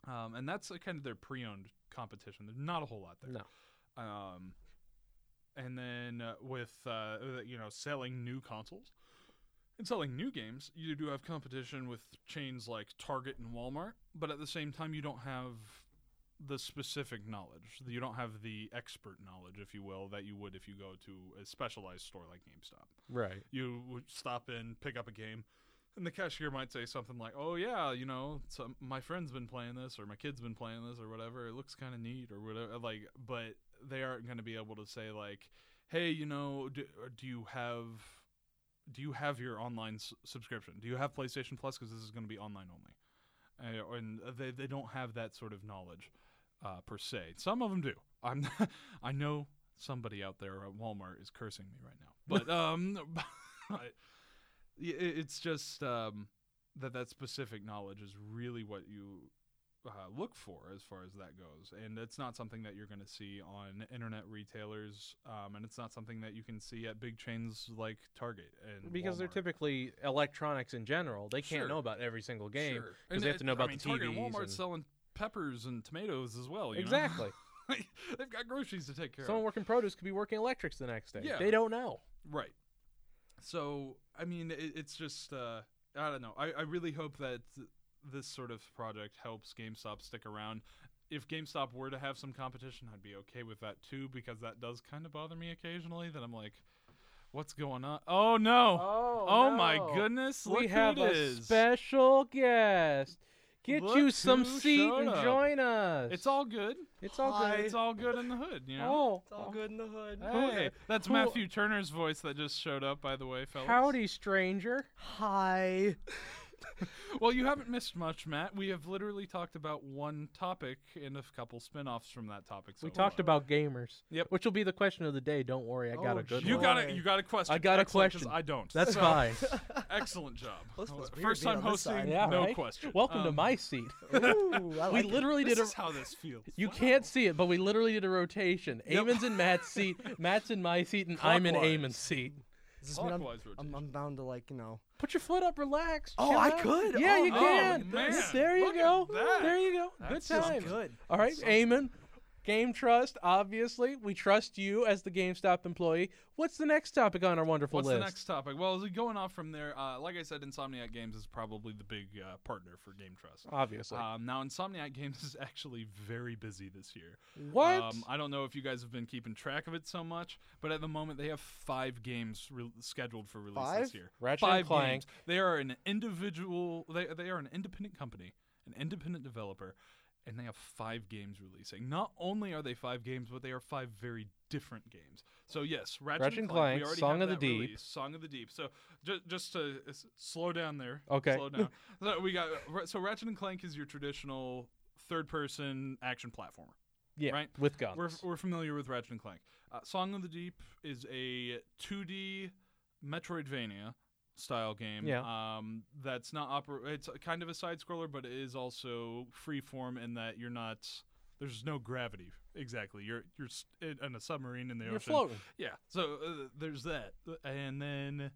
S3: Um, and that's uh, kind of their pre-owned competition. There's not a whole lot there.
S4: No.
S3: Um, and then uh, with uh, uh, you know selling new consoles and selling new games, you do have competition with chains like Target and Walmart. But at the same time, you don't have the specific knowledge. You don't have the expert knowledge, if you will, that you would if you go to a specialized store like GameStop
S4: Right.
S3: you would stop in, pick up a game, and the cashier might say something like, "Oh yeah, you know, some, my friend's been playing this, or my kid's been playing this, or whatever. It looks kind of neat, or whatever." Like, but they aren't going to be able to say like, "Hey, you know, do, or do you have?" Do you have your online s- subscription? Do you have PlayStation Plus? Because this is going to be online only, uh, and they, they don't have that sort of knowledge uh, per se. Some of them do. I'm I know somebody out there at Walmart is cursing me right now, but um, but i- it's just um, that that specific knowledge is really what you uh, look for as far as that goes, and it's not something that you're going to see on internet retailers, um, and it's not something that you can see at big chains like Target and
S4: Because they're
S3: Walmart.
S4: typically electronics in general. They can't
S3: Sure.
S4: know about every single game.
S3: Sure.
S4: 'cause
S3: And
S4: they have to
S3: it-
S4: know
S3: I
S4: about
S3: mean,
S4: the
S3: Target and
S4: TVs
S3: Walmart's
S4: and-
S3: selling peppers and tomatoes as well. you know?
S4: Exactly.
S3: they've got groceries to take care of.
S4: Someone working produce could be working electrics the next day.
S3: Yeah.
S4: They don't know.
S3: Right. So, I mean, it, it's just, uh, I don't know. I, I really hope that th- this sort of project helps GameStop stick around. If GameStop were to have some competition, I'd be okay with that too, because that does kind of bother me occasionally that I'm like, what's going on? Oh, no.
S4: Oh,
S3: my goodness. Look
S4: We have
S3: who it
S4: a
S3: is.
S4: special guest. Get
S3: Look
S4: you some
S3: who
S4: seat
S3: showed
S4: and
S3: up.
S4: join us.
S3: It's all good.
S4: It's all
S3: Uh,
S4: good.
S3: It's all good in the hood, you know?
S4: Oh,
S2: It's all good in the hood.
S3: Hey, that's
S4: who-
S3: Matthew Turner's voice that just showed up, by the way, fellas.
S4: howdy, stranger.
S2: Hi.
S3: Well, you haven't missed much, Matt. We have literally talked about one topic and a couple spin-offs from that topic. So
S4: we talked
S3: far.
S4: about gamers.
S3: Yep.
S4: Which will be the question of the day. Don't worry, I got
S2: Oh,
S4: a good
S3: you
S4: one.
S3: got a you got a question.
S4: I got a
S3: Excellent, 'cause
S4: question.
S3: I don't.
S4: That's
S3: So,
S4: fine.
S3: Excellent job.
S2: Well, this feels weird
S3: First
S2: being
S3: time
S2: on this
S3: hosting,
S2: side.
S4: Yeah,
S3: no
S4: right?
S3: question.
S4: Welcome to
S3: Um,
S4: my seat.
S2: Ooh, I
S4: we
S2: like it.
S4: literally
S3: This
S4: did a.
S3: is how this feels.
S4: You
S3: Wow.
S4: can't see it, but we literally did a rotation. Eamon's in Matt's seat, Matt's in my seat, and I'm in
S3: Clockwise.
S4: Eamon's seat.
S2: Does this mean I'm,
S3: Clockwise rotation.
S2: I'm, I'm bound to like you know.
S4: Put your foot up, relax.
S2: Oh,
S4: chill
S2: I
S4: out.
S2: could?
S4: Yeah,
S2: Oh,
S4: you
S2: look
S4: can.
S3: at man. that.
S4: There you
S3: Look at
S4: go.
S3: that.
S4: There you go.
S3: That's
S4: good
S3: just
S4: time.
S2: good.
S4: All right, Eamon. Game trust, obviously. We trust you as the GameStop employee. What's the next topic on our wonderful
S3: What's
S4: list?
S3: the next topic? Well, going off from there, uh, like I said, Insomniac Games is probably the big uh, partner for Game Trust.
S4: Obviously.
S3: Um, now, Insomniac Games is actually very busy this year.
S4: what?
S3: Um, I don't know if you guys have been keeping track of it so much, but at the moment they have five games re- scheduled for release this
S2: Five?
S3: year.
S4: Ratchet and
S3: five
S4: Clank.
S3: games. They are an individual. They they are an independent company, an independent developer, and they have five games releasing. Not only are they five games, but they are five very different games. So yes, Ratchet,
S4: Ratchet
S3: and
S4: and
S3: Clank.
S4: Clank,
S3: we already
S4: Song
S3: have
S4: of the
S3: that
S4: Deep.
S3: released, Song of the Deep. So ju- just to uh, s- slow down there.
S4: Okay.
S3: Slow down. so we got so Ratchet and Clank is your traditional third-person action platformer.
S4: yeah,
S3: right.
S4: with guns.
S3: We're, we're familiar with Ratchet and Clank. Uh, Song of the Deep is a 2D Metroidvania style game.
S4: Yeah.
S3: Um, that's not oper- It's a- kind of a side scroller, but it is also freeform in that you're not. There's no gravity exactly. You're you're s- in in a submarine in the
S4: You're
S3: ocean.
S4: floating.
S3: Yeah. So uh, there's that, and then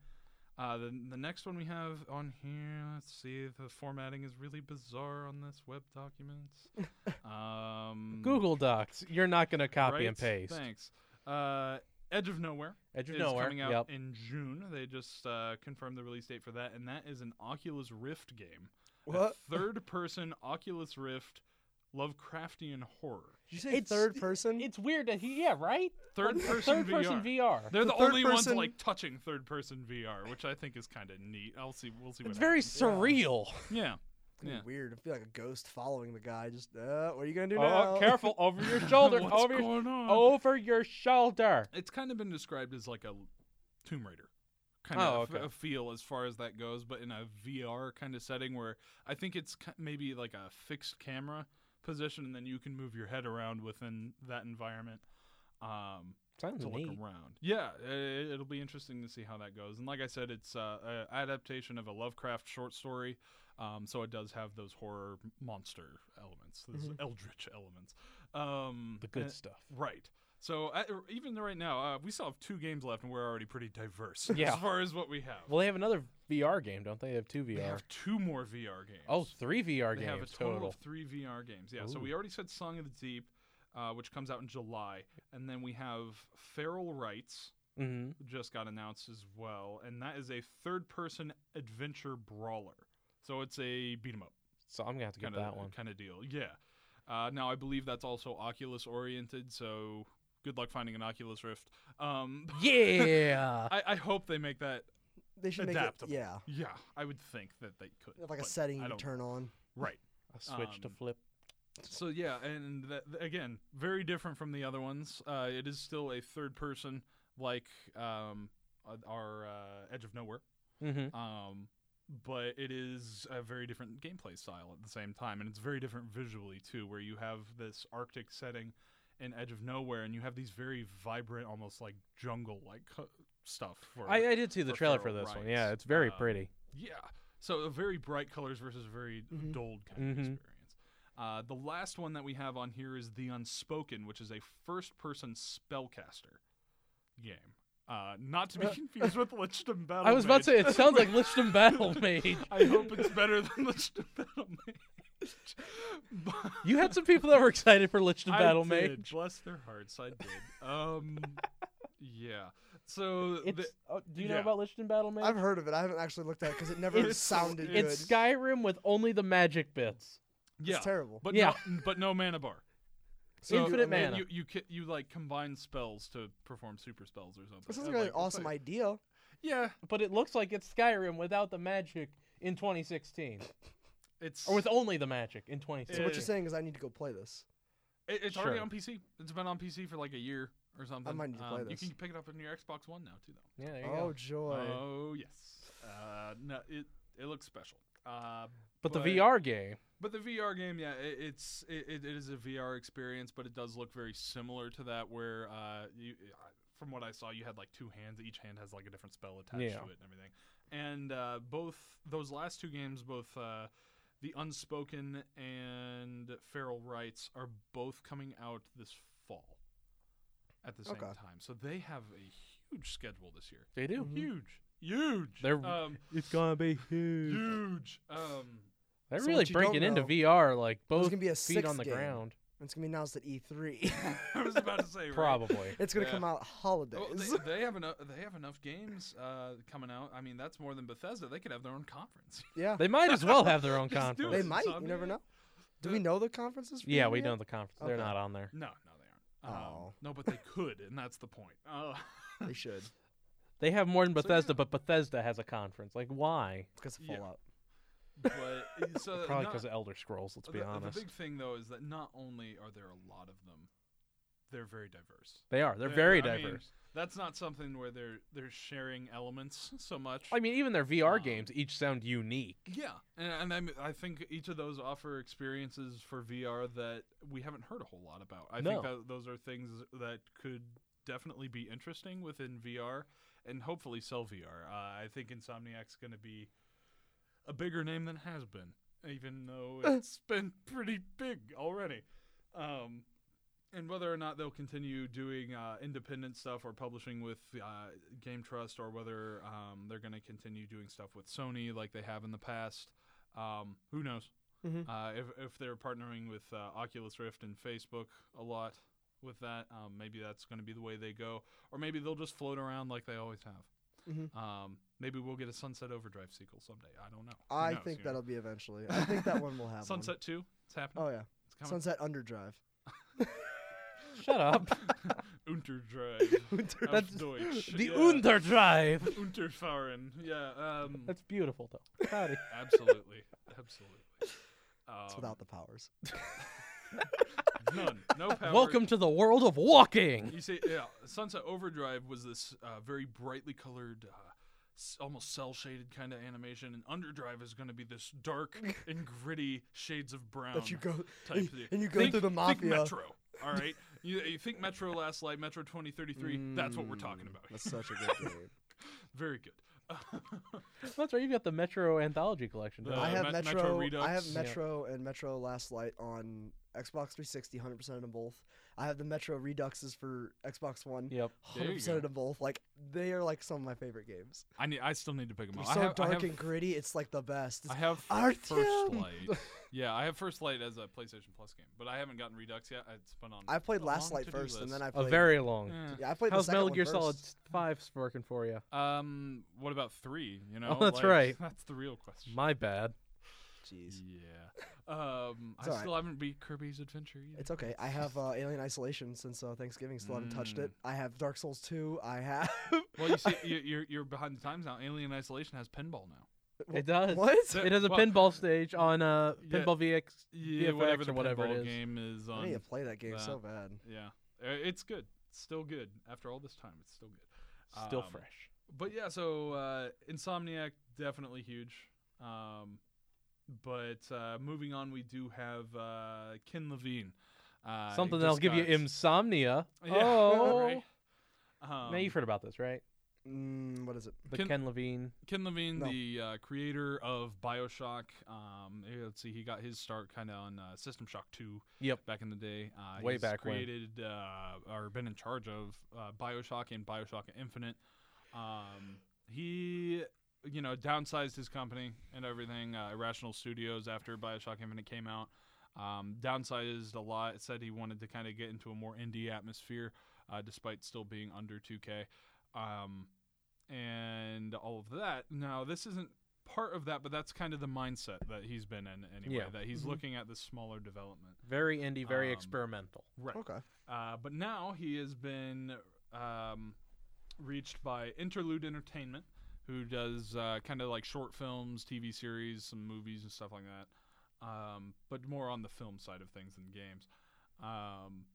S3: Uh, the, the next one we have on here, let's see, the formatting is really bizarre on this web document. um,
S4: Google Docs. You're not gonna copy
S3: right?
S4: and paste.
S3: Thanks. Uh, Edge of Nowhere
S4: Edge of
S3: is
S4: nowhere.
S3: coming out
S4: Yep.
S3: in June. They just uh, confirmed the release date for that, and that is an Oculus Rift game.
S2: What?
S3: Third person Oculus Rift Lovecraftian horror.
S2: Did you say
S4: It's-
S2: third person?
S4: It's weird that he. Yeah, right.
S3: Third
S4: Like,
S3: person
S4: Third person
S3: VR.
S4: VR.
S3: They're the,
S2: The third
S3: only ones
S2: person-
S3: like touching third person VR, which I think is kind of neat. I'll see. We'll see.
S4: It's
S3: what
S4: very
S3: happens.
S4: surreal.
S3: yeah.
S2: It's gonna be
S3: yeah.
S2: Weird. I feel like a ghost following the guy. Just uh, what are you gonna do now?
S4: Oh, careful over your shoulder.
S3: What's
S4: over your
S3: going on?
S4: over your shoulder.
S3: it's kind of been described as like a Tomb Raider kind
S4: Oh,
S3: of f-
S4: okay.
S3: a feel as far as that goes, but in a VR kind of setting where I think it's ki- maybe like a fixed camera position, and then you can move your head around within that environment. Um,
S4: Sounds
S3: to
S4: Hmm, neat.
S3: look around. Yeah, it, it'll be interesting to see how that goes. And like I said, it's uh, an adaptation of a Lovecraft short story, um, so it does have those horror monster elements, those
S2: Mhm.
S3: eldritch elements. Um,
S4: Mm-hmm. The good
S3: and-
S4: stuff.
S3: Right. So I, er, even right now, uh, we still have two games left, and we're already pretty diverse
S4: Yeah.
S3: as far as what we have.
S4: Well, they have another VR game, don't they? They have two
S3: they
S4: VR.
S3: have two more VR games.
S4: oh, three VR
S3: they
S4: games
S3: have a total,
S4: total.
S3: of three VR games. Yeah. So
S4: Ooh.
S3: we already said Song of the Deep, uh, which comes out in July, and then we have Feral Rights
S4: hmm
S3: just got announced as well, and that is a third-person adventure brawler. So it's a beat 'em up
S4: So I'm gonna have to get
S3: kind of
S4: that one.
S3: kind of deal. Yeah. Uh, now I believe that's also Oculus oriented. So good luck finding an Oculus Rift. Um,
S4: Yeah.
S3: I, I hope they make that.
S2: They should
S3: Adaptable.
S2: make it. Yeah.
S3: Yeah, I would think that they could.
S2: Like a
S3: but
S2: setting
S3: I
S2: you
S3: don't-
S2: turn on.
S3: Right.
S4: A switch to
S3: um,
S4: flip.
S3: So yeah, and that, again, very different from the other ones. Uh, it is still a third person like um, uh, our uh, Edge of Nowhere.
S4: Mm-hmm.
S3: Um, but it is a very different gameplay style at the same time, and it's very different visually too, where you have this Arctic setting in Edge of Nowhere, and you have these very vibrant, almost like jungle like stuff. For
S4: I, I did see the
S3: for
S4: trailer for
S3: Feral
S4: this one.
S3: Rights.
S4: Yeah, it's very
S3: Um,
S4: pretty.
S3: yeah, so a very bright colors versus a very
S2: Mhm.
S3: dulled kind of
S4: Mhm.
S3: experience. Uh, the last one that we have on here is The Unspoken, which is a first person spellcaster game. Uh, not to be confused with Lichdom Battle.
S4: I was about to say
S3: Mage.
S4: it sounds like Lichdom Battle Mage.
S3: I hope it's better than Lichdom Battle Mage. But-
S4: You had some people that were excited for Lichdom
S3: I
S4: Battle
S3: did,
S4: Mage.
S3: Bless their hearts, I did. Um, yeah. So
S4: It's,
S3: the,
S4: oh, do you know
S3: yeah.
S4: about Lichdom Battle Mage?
S2: I've heard of it. I haven't actually looked at it because it never
S3: It's-
S2: sounded good.
S4: it's Skyrim with only the magic bits.
S3: yeah,
S2: It's terrible.
S3: but
S4: Yeah.
S3: no, but no mana bar.
S4: Infinite
S3: I mean,
S4: mana.
S3: You you, ca- you like combine spells to perform super spells or something.
S2: This
S3: Uh,
S2: sounds like an
S3: it's
S2: awesome
S3: like-
S2: idea.
S3: Yeah,
S4: But it looks like it's Skyrim without the magic in 2016,
S3: it's
S4: or with only the magic in 2016.
S2: So what
S3: Yeah.
S2: you're saying is I need to go play this.
S3: it- it's already
S4: Sure.
S3: on PC. It's been on PC for like a year or something.
S2: might need to play
S3: Um,
S2: this.
S3: You can pick it up on your Xbox One now too, though.
S4: Yeah, there you
S2: Oh
S4: go.
S2: joy!
S3: Oh yes. Uh, no, it it looks special. Uh,
S4: But the
S3: but-
S4: VR game.
S3: but the VR game, yeah, it, it's it, it is a VR experience, but it does look very similar to that. Where uh, you, I- from what I saw, you had like two hands. Each hand has like a different spell attached
S4: Yeah.
S3: to it and everything. And uh, both those last two games, both uh, the Unspoken and Feral Rights, are both coming out this fall at
S4: Oh,
S3: the same
S2: Okay.
S3: time. So they have a huge schedule this year.
S4: They do.
S3: Huge, huge.
S4: Mm-hmm. They're-
S3: um,
S4: It's gonna be huge.
S3: huge. Um,
S4: They're
S2: So
S4: really
S2: what you don't
S4: breaking into
S2: know-
S4: VR, like
S2: There's
S4: both
S2: gonna be a
S4: feet on
S2: sixth
S4: the
S2: game.
S4: ground.
S2: It's gonna be announced at E3.
S3: I was about to say right?
S4: Probably.
S2: it's gonna
S3: Yeah.
S2: come out holidays.
S3: Well, Oh, they, they have enough. They have enough games uh, coming out. I mean, that's more than Bethesda. They could have their own conference.
S2: yeah,
S4: they might as well have their own
S3: Just do
S4: conference.
S3: it.
S2: they might. You
S3: zombie-
S2: never know. Do we know the conferences? for
S4: Yeah,
S2: you
S4: we
S2: yet?
S4: know the conference. They're
S2: Okay.
S4: not on there.
S3: No, no, they aren't. Um,
S2: Oh.
S3: No, but they could, and that's the point. Uh,
S2: They should
S4: They have more than
S3: So,
S4: Bethesda,
S3: yeah.
S4: but Bethesda has a conference. Like, why?
S2: because of
S3: Yeah.
S2: Fallout.
S3: but so
S4: Probably
S3: Uh, not-
S4: because of Elder Scrolls. Let's
S3: the,
S4: be
S3: the
S4: honest.
S3: big thing though is that not only are there a lot of them, they're very diverse.
S4: they are. They're very
S3: I mean,
S4: diverse.
S3: that's not something where they're they're sharing elements so much.
S4: I mean, even their VR
S3: Um,
S4: games each sound unique.
S3: Yeah, and, and I, I think each of those offer experiences for VR that we haven't heard a whole lot about. I
S4: No.
S3: think that those are things that could definitely be interesting within VR and hopefully sell VR. Uh, I think Insomniac's going to be a bigger name than it has been, even though it's been pretty big already. Um, and whether or not they'll continue doing uh, independent stuff or publishing with uh, Game Trust, or whether um, they're going to continue doing stuff with Sony like they have in the past, um, who knows?
S2: Mhm.
S3: Uh, if if they're partnering with uh, Oculus Rift and Facebook a lot with that, um, maybe that's going to be the way they go, or maybe they'll just float around like they always have.
S2: Mhm.
S3: Um, maybe we'll get a Sunset Overdrive sequel someday. I don't know. Who
S2: I
S3: knows,
S2: think
S3: you know?
S2: that'll be eventually. I think that one will happen.
S3: Sunset Two. It's happening.
S2: Oh yeah,
S3: it's coming.
S2: Sunset Underdrive.
S4: Shut up.
S3: Unterdrive. Auf
S4: That's
S3: Deutsch.
S4: the
S3: yeah.
S4: Unterdrive.
S3: Unterfahren. Yeah. Um,
S4: That's beautiful, though. Howdy.
S3: absolutely. Absolutely. Um,
S2: It's without the powers.
S3: none. No power.
S4: Welcome to the world of walking.
S3: You see, yeah, Sunset Overdrive was this uh, very brightly colored, uh, s- almost cell shaded kind of animation, and Underdrive is going to be this dark and gritty shades of brown.
S2: That you go
S3: type
S2: and,
S3: thing.
S2: and you go
S3: think,
S2: through the
S3: Think
S2: mafia.
S3: Metro. All right. You, you think Metro Last Light, Metro 2033. E that's what we're talking
S2: Mm,
S3: about.
S2: That's such a good game.
S3: Very good.
S4: That's right. You got the Metro Anthology Collection.
S3: Uh,
S4: don't
S2: I
S4: you?
S2: have
S3: Met- Metro
S2: Metro. I have
S3: Redux.
S4: Yeah.
S2: Metro and Metro Last Light on Xbox 360, 100 percent of them both. I have the Metro Reduxes for Xbox One,
S4: Yep.
S2: 100
S3: There
S2: percent
S3: you
S2: of them both. Like they are like some of my favorite games.
S3: I need. I still need to pick them
S2: They're
S3: up.
S2: so
S3: I have,
S2: dark
S3: I have,
S2: and gritty. It's like the best.
S3: I have
S2: Art
S3: First
S2: Tim.
S3: Light. yeah, I have First Light as a PlayStation Plus game, but I haven't gotten Redux yet. It's been on.
S2: I played
S3: a
S2: Last
S3: long
S2: Light
S3: to-do
S2: first, and
S3: list.
S2: then I
S4: A
S2: played.
S4: very long.
S3: Eh.
S2: yeah, I played
S4: How's
S2: the second
S4: Metal
S2: one
S4: Gear
S2: first.
S4: Solid 5 working for you?
S3: Um, what about three? You know,
S4: Oh, that's
S3: Like,
S4: right.
S3: That's the real question.
S4: My bad.
S2: Jeez.
S3: yeah. Um, I
S2: It's all right.
S3: still haven't beat Kirby's Adventure either.
S2: It's okay. I have uh, Alien Isolation since uh, Thanksgiving. Still haven't touched
S3: Mm.
S2: it. I have Dark Souls 2. I have.
S3: well, you see, you- you're you're behind the times now. Alien Isolation has pinball now.
S4: It does.
S2: What?
S3: So-
S4: It has a
S3: well,
S4: pinball stage on uh,
S3: Yeah.
S4: Pinball VX.
S3: Yeah,
S4: VFX
S3: whatever
S4: or
S3: the
S4: whatever it
S3: pinball
S4: is.
S3: game is
S2: I need to
S3: on.
S2: play that game
S3: that.
S2: so bad.
S3: Yeah, Uh, it's good. It's still good after all this time. It's still good.
S4: Still
S3: Um,
S4: fresh.
S3: but yeah, so uh, Insomniac definitely huge. Um, but uh, moving on, we do have uh, Ken Levine. Uh,
S4: Something that'll
S3: just
S4: give you
S3: got-
S4: insomnia.
S3: Yeah,
S4: oh.
S3: right. Um,
S4: now you've heard about this, right?
S2: Mm, what is it?
S4: The
S3: Ken-
S4: Ken, Levine.
S3: Ken Levine,
S2: No.
S3: the uh, creator of Bioshock. Um, eh, let's see, he got his start kind of on uh, System Shock Two.
S4: Yep.
S3: Back in the day, uh,
S4: Way
S3: he's
S4: back when.
S3: created uh, or been in charge of uh, Bioshock and Bioshock Infinite. Um, he, you know, downsized his company and everything. Uh, Irrational Studios after Bioshock Infinite came out, um, downsized a lot. Said he wanted to kind of get into a more indie atmosphere, uh, despite still being under 2K, um, and all of that. Now this isn't part of that, but that's kind of the mindset that he's been in anyway.
S4: Yeah.
S3: That he's
S2: Mhm.
S3: looking at the smaller development.
S4: Very indie, very
S3: Um,
S4: experimental.
S3: Right.
S2: Okay.
S3: Uh, but now he has been um, reached by Interlude Entertainment, who does uh, kind of like short films, TV series, some movies, and stuff like that. Um, but more on the film side of things than games. Um,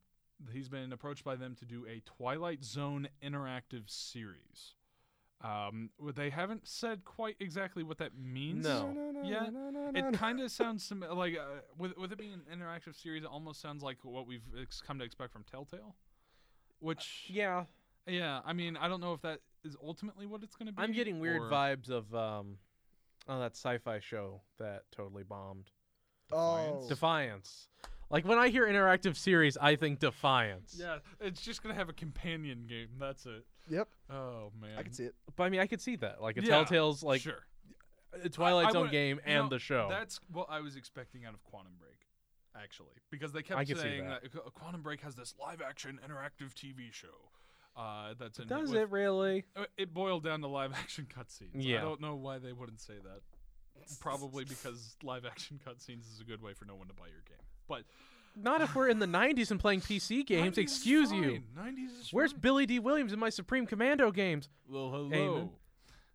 S3: he's been approached by them to do a Twilight Zone interactive series. Um, well, they haven't said quite exactly what that means.
S4: No.
S3: Yeah, It kind of sounds some, like uh, with with it being an interactive series, it almost sounds like what we've ex- come to expect from Telltale. Which
S4: Uh, Yeah.
S3: yeah, I mean, I don't know if that is ultimately what it's going to be.
S4: I'm getting weird
S3: or-
S4: vibes of um, oh that sci-fi show that totally bombed.
S2: Oh.
S3: Defiance.
S4: Defiance. Like when I hear interactive series, I think Defiance.
S3: Yeah, it's just going to have a companion game. That's it.
S2: Yep.
S3: Oh man,
S2: I can see it.
S4: But I mean, I could see that. Like a
S3: Yeah,
S4: Telltale's like
S3: sure.
S4: a Twilight
S3: I
S4: Zone
S3: would-
S4: game
S3: you know,
S4: and the show.
S3: That's what I was expecting out of Quantum Break, actually, because they
S4: I
S3: kept
S4: can see
S3: saying
S4: that.
S3: that. Qu- Quantum Break has this live action interactive TV show. Uh, that's in
S4: Does
S3: with-
S4: it really?
S3: Uh, It boiled down to live action cutscenes. I
S4: Yeah.
S3: don't know why they wouldn't say that. Probably because live action cutscenes is a good way for no one to buy your game. But
S4: Not if we're in the 90s and playing PC games.
S3: 90s is
S4: Excuse you.
S3: fine. Nineties is
S4: Where's
S3: fine.
S4: Billy D. Williams in my Supreme Commando games?
S3: Well,
S4: Amen.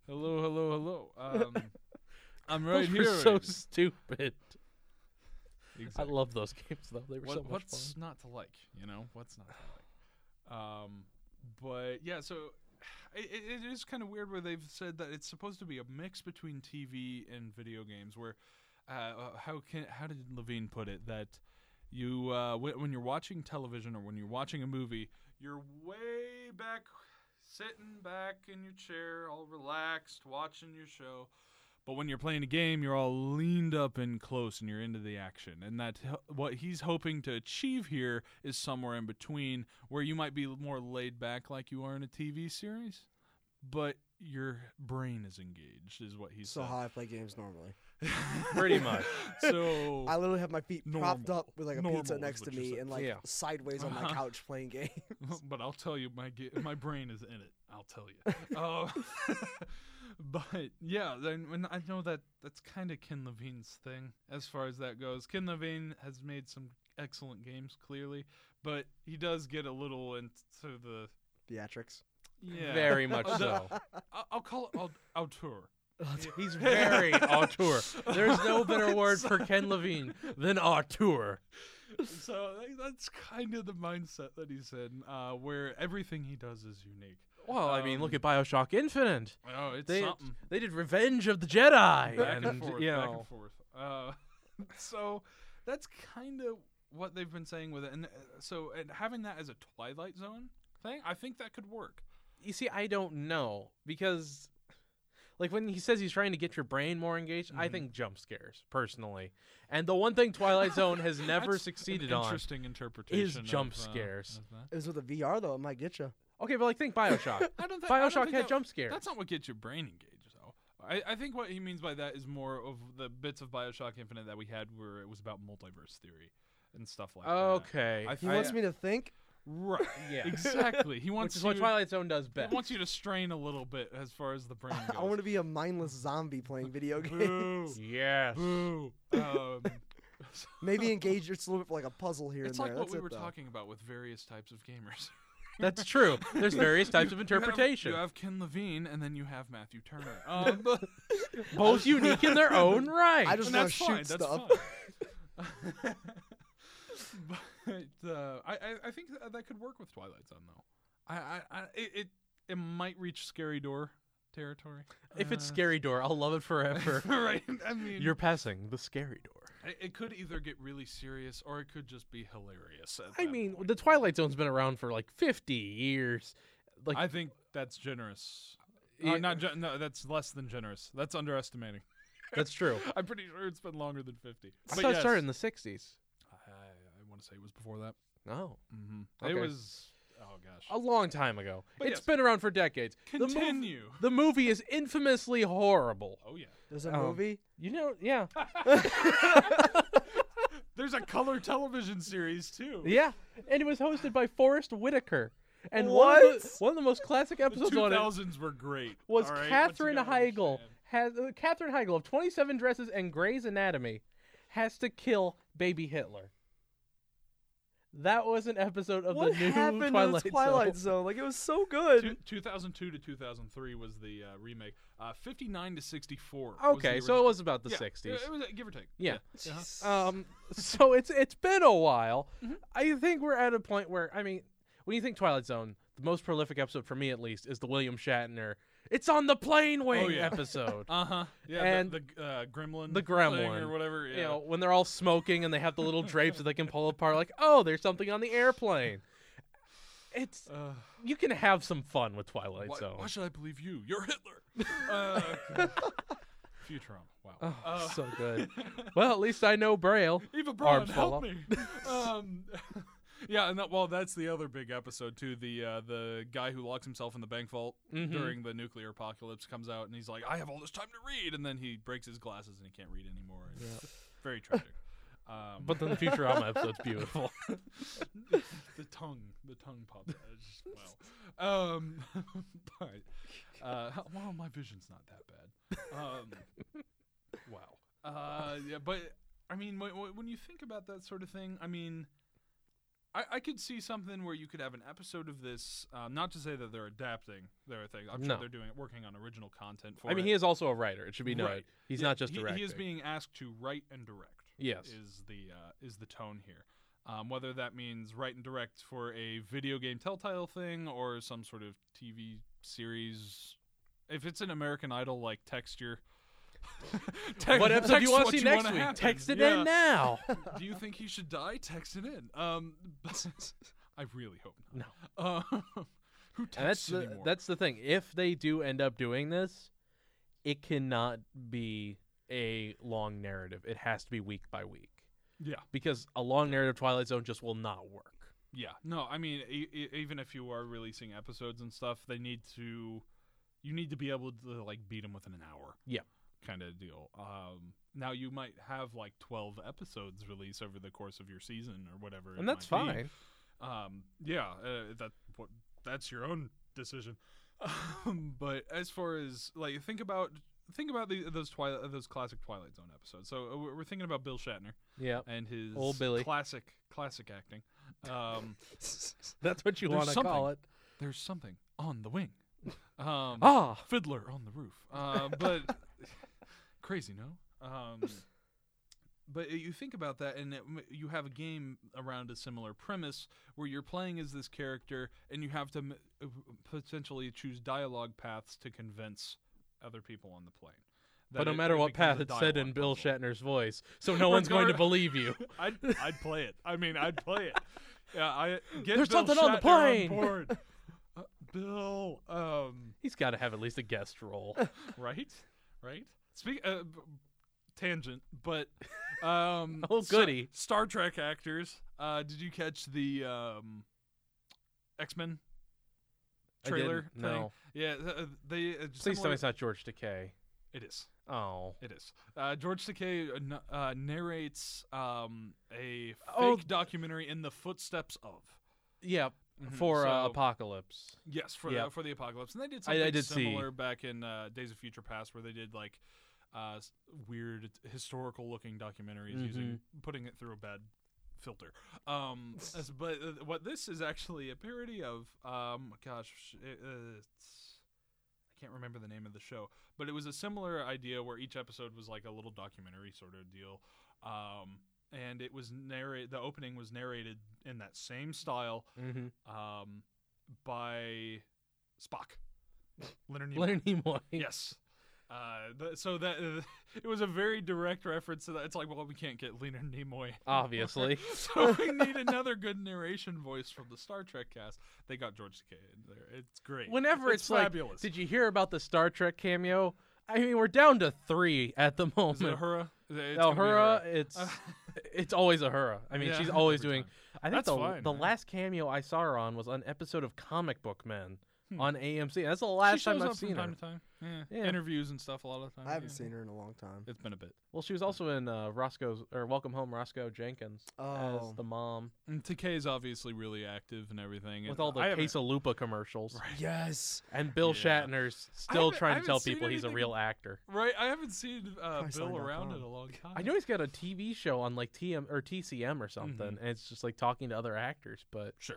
S3: hello, hello, hello, hello. Um, I'm right
S4: Those were
S3: here.
S4: so
S3: Aiden.
S4: stupid. I
S3: Exactly.
S4: love those games though. They were
S3: What-
S4: so much
S3: what's
S4: fun.
S3: not to like? You know what's not to like. Um, but yeah, so it, it it is kind of weird where they've said that it's supposed to be a mix between TV and video games. Where uh, uh, how can how did Levine put it that you uh, w- when you're watching television or when you're watching a movie, you're way back, sitting back in your chair, all relaxed, watching your show. But when you're playing a game, you're all leaned up and close and you're into the action. And that what he's hoping to achieve here is somewhere in between where you might be more laid back like you are in a TV series, but your brain is engaged is what he's
S2: so how I play games normally.
S4: Pretty much.
S3: So
S2: I literally have my feet propped
S3: Normal.
S2: up with like a
S3: Normal
S2: pizza
S3: is
S2: next
S3: what
S2: to
S3: you
S2: me
S3: said.
S2: and like
S4: Yeah.
S2: sideways on my
S3: Uh-huh.
S2: couch playing games.
S3: but I'll tell you, my ga- my brain is in it. I'll tell you. Uh, but yeah, then when I know that that's kind of Ken Levine's thing as far as that goes. Ken Levine has made some excellent games, clearly, but he does get a little into the
S2: Theatrics.
S3: yeah,
S4: Very much
S3: Uh, the-
S4: so.
S3: I- I'll call it aut- auteur.
S4: He's very auteur. There's no better word for Ken Levine than auteur.
S3: So like, that's kind of the mindset that he's in, uh, where everything he does is unique.
S4: Well, I mean, look
S3: Um,
S4: at Bioshock Infinite.
S3: Oh, it's
S4: They
S3: something.
S4: they did Revenge of the Jedi,
S3: back
S4: and,
S3: and, forth,
S4: you
S3: back
S4: know,
S3: and forth. Uh, so that's kind of what they've been saying with it, and uh, so and having that as a Twilight Zone thing, I think that could work.
S4: you see, I don't know because, like, when he says he's trying to get your brain more engaged, I
S3: Mhm.
S4: think jump scares personally, and the one thing Twilight Zone has never
S3: That's an
S4: succeeded on.
S3: Interesting interpretation.
S4: jump
S3: of, uh,
S4: scares.
S3: of that.
S2: It was with a VR though. It might get you.
S4: Okay, but like, think Bioshock.
S3: I don't. thi- I don't
S4: Bioshock
S3: think
S4: had
S3: that-
S4: jump scares.
S3: That's not what gets your brain engaged, though. I, I think what he means by that is more of the bits of Bioshock Infinite that we had where it was about multiverse theory and stuff like that.
S4: okay,
S3: I
S2: He
S3: think
S2: wants me to think.
S3: right.
S4: Yeah.
S3: Exactly. He wants
S4: which is what
S3: you-
S4: Twilight Zone does
S3: he
S4: best.
S3: wants you to strain a little bit as far as the brain goes.
S2: I want to be a mindless zombie playing video games.
S3: Boo.
S4: Yes.
S3: Boo. Um, so-
S2: Maybe engage just a little bit for like a puzzle here
S3: it's
S2: and
S3: like
S2: there.
S3: what
S2: That's
S3: we
S2: it,
S3: were
S2: though.
S3: talking about with various types of gamers.
S4: That's true. There's various types of
S3: You have-
S4: interpretation,
S3: You have, Ken Levine, and then you have Matthew Turner. Um, but-
S4: both unique in their own right.
S2: I just
S3: and
S2: wanna
S3: that's
S2: shoot
S3: fine. That's
S2: stuff.
S3: fine. but uh, I, I, I think that, that could work with Twilight Zone, though. I, I, I it, it, it might reach scary door territory.
S4: if it's
S3: Uh,
S4: Scary Door, I'll love it forever.
S3: right? I mean,
S4: You're passing the Scary Door.
S3: it, it could either get really serious or it could just be hilarious. at
S4: I
S3: that
S4: mean,
S3: point.
S4: the Twilight Zone's been around for like 50 years. Like,
S3: I think that's generous.
S4: Yeah.
S3: Uh, not gen- no, that's less than generous. That's underestimating.
S4: that's true.
S3: I'm pretty sure it's been longer than 50.
S4: I
S3: But
S4: thought it
S3: yes.
S4: started in the 60s.
S3: I, I want to say it was before that.
S4: No,
S3: Mm-hmm.
S4: Okay.
S3: It was. Oh gosh.
S4: a long time ago. It's
S3: But yes.
S4: been around for decades. The mov-
S3: Continue.
S4: The, movie is infamously horrible.
S3: oh yeah.
S2: There's a
S4: Um,
S2: movie.
S4: You know, yeah.
S3: There's a color television series too.
S4: yeah. And it was hosted by Forrest Whitaker. And One, of the,
S2: What?
S4: one of the most classic
S3: The
S4: episodes on it
S3: 2000s were great.
S4: was
S3: all right? What you
S4: Katherine
S3: gotta
S4: Heigl
S3: understand.
S4: has uh, Katherine Heigl of Twenty Seven Dresses and Grey's Anatomy has to kill baby Hitler. That was an episode of
S2: what
S4: the new
S2: happened to
S4: Twilight,
S2: the Twilight
S4: Zone.
S2: Zone? Like it was so good.
S3: Two- 2002 to 2003 was the uh, remake. Uh, 59 to 64. was the
S4: Okay, so it
S3: original.
S4: was about the
S3: Yeah,
S4: sixties.
S3: It was uh, give or take.
S4: Yeah.
S3: Uh-huh.
S4: Um, so it's it's been a while.
S2: Mm-hmm.
S4: I think we're at a point where I mean, when you think Twilight Zone, the most prolific episode for me at least is the William Shatner. It's on the plane wing
S3: Oh, yeah.
S4: episode.
S3: Uh huh. Yeah.
S4: Uh-huh. And
S3: the, the uh, gremlin.
S4: the
S3: thing
S4: gremlin,
S3: or whatever. Yeah.
S4: you know, when they're all smoking and they have the little drapes that they can pull apart, like, oh, there's something on the airplane. It's
S3: Uh,
S4: you can have some fun with Twilight
S3: why,
S4: Zone.
S3: why should I believe you? You're Hitler. uh, okay. Futurama. Wow.
S4: Oh,
S3: Uh,
S4: so good. Well, at least I know Braille.
S3: Eva Braun,
S4: Arms fall
S3: help
S4: off.
S3: me. um, yeah, and that, well, that's the other big episode too. The uh, the guy who locks himself in the bank vault
S4: Mhm.
S3: during the nuclear apocalypse comes out and he's like, "I have all this time to read," and then he breaks his glasses and he can't read anymore. It's Very tragic. Um,
S4: But then the Futurama episode's beautiful.
S3: the tongue, the tongue popped. out. It's just- Wow. Um, but uh, well, my vision's not that bad. Um, wow. Uh, yeah, but I mean, when, when you think about that sort of thing, I mean, I, I could see something where you could have an episode of this. Um, not to say that they're adapting their thing. I'm sure
S4: No.
S3: they're doing working on original content for.
S4: I mean,
S3: it.
S4: he is also a writer. It should be noted.
S3: Right.
S4: He's
S3: Yeah,
S4: not just
S3: he,
S4: directing.
S3: He is being asked to write and direct
S4: yes.
S3: is the uh, is the tone here. Um, whether that means write and direct for a video game Telltale thing or some sort of TV series. If it's an American Idol like texture, text,
S4: What episode do you want to see next
S3: wanna
S4: week?
S3: happen.
S4: Text it
S3: Yeah.
S4: in now.
S3: do you think he should die? Text it in. Um, I really hope not.
S4: No.
S3: Uh, who
S4: And that's
S3: texts
S4: the,
S3: anymore?
S4: that's the thing. If they do end up doing this, it cannot be a long narrative. It has to be week by week
S3: Yeah.
S4: because a long narrative Twilight Zone just will not work.
S3: Yeah. No, I mean, e- e- even if you are releasing episodes and stuff, they need to, you need to be able to like beat them within an hour.
S4: Yeah.
S3: Kind of deal. Um, now you might have like twelve episodes release over the course of your season or whatever, it
S4: And that's
S3: might be.
S4: fine.
S3: Um, yeah, uh, that what, that's your own decision. Um, but as far as like, think about think about the, those Twilight, those classic Twilight Zone episodes. So uh, we're we're thinking about Bill Shatner
S4: Yeah.
S3: and his
S4: Old Billy.
S3: classic classic acting. Um,
S4: That's what you
S3: There's
S4: want to call it.
S3: there's something on the wing. Um,
S4: Ah.
S3: Fiddler on the roof. Uh, but crazy, no? Um, but you think about that, and it, you have a game around a similar premise where you're playing as this character, and you have to m- uh, potentially choose dialogue paths to convince other people on the plane.
S4: But no matter what path it's said in Bill
S3: Shatner.
S4: Shatner's voice, so no one's going to
S3: Regard-
S4: believe you.
S3: I'd I'd play it. I mean, I'd play it. Yeah, I get
S4: There's
S3: Bill
S4: something on the
S3: Shatner
S4: plane.
S3: board. Uh, Bill, um,
S4: He's got to have at least a guest role.
S3: right, right. Speak uh, b- tangent, but um,
S4: Oh,
S3: Sta-
S4: goody.
S3: Star Trek actors. Uh, did you catch the um, X Men
S4: I didn't,
S3: trailer? thing?
S4: No.
S3: Yeah, th- uh, they. Uh,
S4: Please tell
S3: similar-
S4: me it's not George Takei.
S3: It is.
S4: Oh.
S3: It is. Uh, George Takei uh, n- uh, narrates um, a fake
S4: Oh.
S3: documentary in the footsteps of.
S4: Yeah,
S3: Mhm.
S4: for uh,
S3: So-
S4: Apocalypse.
S3: Yes, for
S4: Yeah.
S3: the, for the apocalypse, and they did
S4: I- I
S3: something
S4: did see.
S3: similar back in uh, Days of Future Past, where they did like uh, s- weird historical looking documentaries using
S4: Mm-hmm.
S3: putting it through a bad filter. Um, as- but uh, what this is actually a parody of, um, gosh, it, uh, it's, I can't remember the name of the show, but it was a similar idea where each episode was like a little documentary sort of deal. Um, and it was narrate the opening was narrated in that same style
S4: Mm-hmm.
S3: um, by Spock, Leonard Nimoy.
S4: Leonard Nimoy.
S3: Yes. Uh, th- so that it was a very direct reference to that. It's like, well, we can't get Leonard Nimoy,
S4: Obviously.
S3: so we need another good narration voice from the Star Trek cast. They got George Takei in there. It's great.
S4: Whenever it's, like,
S3: fabulous.
S4: did you hear about the Star Trek cameo? I mean, we're down to three at the
S3: Is it
S4: moment.
S3: Ahura? Is it- it's
S4: Oh,
S3: gonna be
S4: Hura, it's
S3: Uh,
S4: it's always Ahura. I mean,
S3: Yeah,
S4: she's always
S3: every
S4: doing.
S3: time.
S4: I think
S3: That's
S4: the,
S3: fine,
S4: the
S3: man.
S4: last cameo I saw her on was on an episode of Comic Book Men
S3: Hmm.
S4: on AMC. That's the
S3: she
S4: last time
S3: shows
S4: I've
S3: up from
S4: seen her.
S3: time to time. Yeah.
S4: Yeah.
S3: Interviews and stuff a lot of times.
S2: I haven't
S3: yeah.
S2: seen her in a long time.
S3: It's been a bit.
S4: Well, she was also in uh, Roscoe's or Welcome Home, Roscoe Jenkins
S2: Oh.
S4: as the mom
S3: And Takei is obviously really active and everything.
S4: with
S3: and
S4: all the
S3: I haven't-
S4: Quesalupa commercials,
S3: Right.
S2: Yes.
S4: and Bill
S3: Yeah.
S4: Shatner's
S3: I haven't-
S4: still
S3: I
S4: trying to
S3: haven't
S4: tell
S3: seen
S4: people he's a
S3: anything-
S4: real actor.
S3: Right, I haven't seen uh, Bill
S2: Priceline.com.
S3: around in a long time.
S4: I know he's got a TV show on like TM or TCM or something, and it's just like talking to other actors. But
S3: Sure,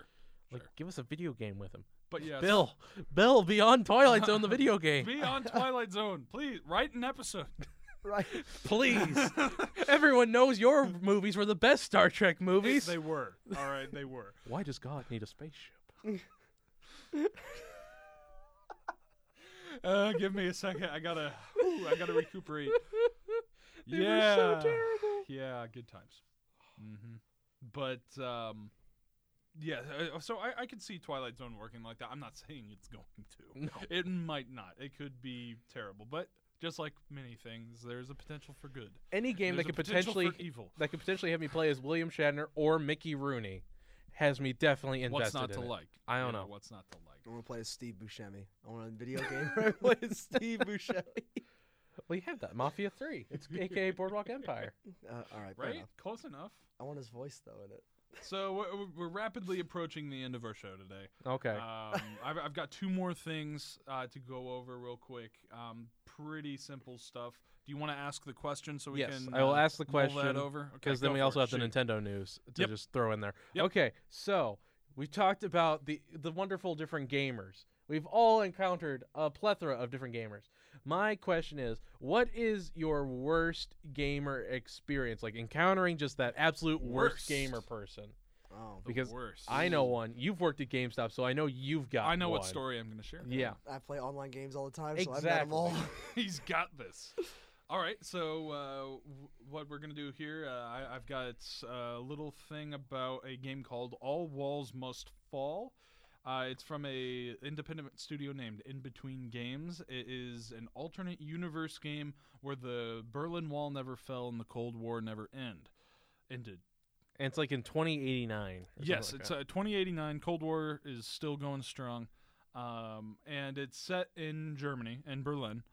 S4: like,
S3: Mm-hmm. sure.
S4: give us a video game with him,
S3: but yeah,
S4: Bill. Bill, beyond Twilight Zone, the video game.
S3: be on Twilight Zone, please. Write an episode.
S2: Right.
S4: Please. Everyone knows your movies were the best Star Trek movies.
S3: they were all right. They were.
S4: Why does God need a spaceship?
S3: Uh, give me a second. I gotta. whew, I gotta recuperate.
S4: They
S3: yeah.
S4: were so terrible.
S3: Yeah. Good times. hmm But um, yeah. uh, So I, I could see Twilight Zone working like that. I'm not saying it's going to.
S4: No.
S3: It might not. It could be terrible. But just like many things, there's a potential for good.
S4: Any game
S3: There's
S4: that could
S3: a potential for e-,
S4: potentially
S3: evil.
S4: that could potentially have me play as William Shatner or Mickey Rooney has me definitely invested
S3: What's not to
S4: in it.
S3: like?
S4: I don't
S3: Yeah,
S4: know.
S3: What's not to like?
S2: I want to play as Steve Buscemi. I want a video game where I play as Steve Buscemi.
S4: Well, you have that Mafia 3. It's AKA Boardwalk Empire.
S2: Uh, all right. fair
S3: Right?
S2: enough.
S3: Close enough.
S2: I want his voice though in it.
S3: So we're, we're rapidly approaching the end of our show today.
S4: Okay.
S3: Um, I've, I've got two more things uh, to go over real quick. Um, pretty simple stuff. Do you want to ask the question so we
S4: Yes,
S3: can?
S4: I will
S3: uh,
S4: ask the
S3: mull that
S4: question,
S3: over
S4: Because then we also have the Nintendo news to
S3: Yep.
S4: just throw in there.
S3: Yep.
S4: Okay, so we've talked about the the wonderful different gamers. We've all encountered a plethora of different gamers. My question is, what is your worst gamer experience? Like encountering just that absolute worst,
S3: Worst.
S4: gamer person.
S2: Oh,
S4: because
S3: worst.
S4: I know one. You've worked at GameStop, so I know you've got.
S3: I know what
S4: one.
S3: story I'm going to share.
S4: Yeah.
S2: I play online games all the time, so I've got them all.
S3: He's got this. All right, so uh, w- what we're gonna do here? Uh, I- I've uh, got a little thing about a game called All Walls Must Fall. Uh, it's from a independent studio named In Between Games. It is an alternate universe game where the Berlin Wall never fell and the Cold War never end ended.
S4: And it's like in 2089. or something
S3: Yes,
S4: like
S3: it's
S4: that.
S3: uh, 2089. Cold War is still going strong, um, and it's set in Germany in Berlin,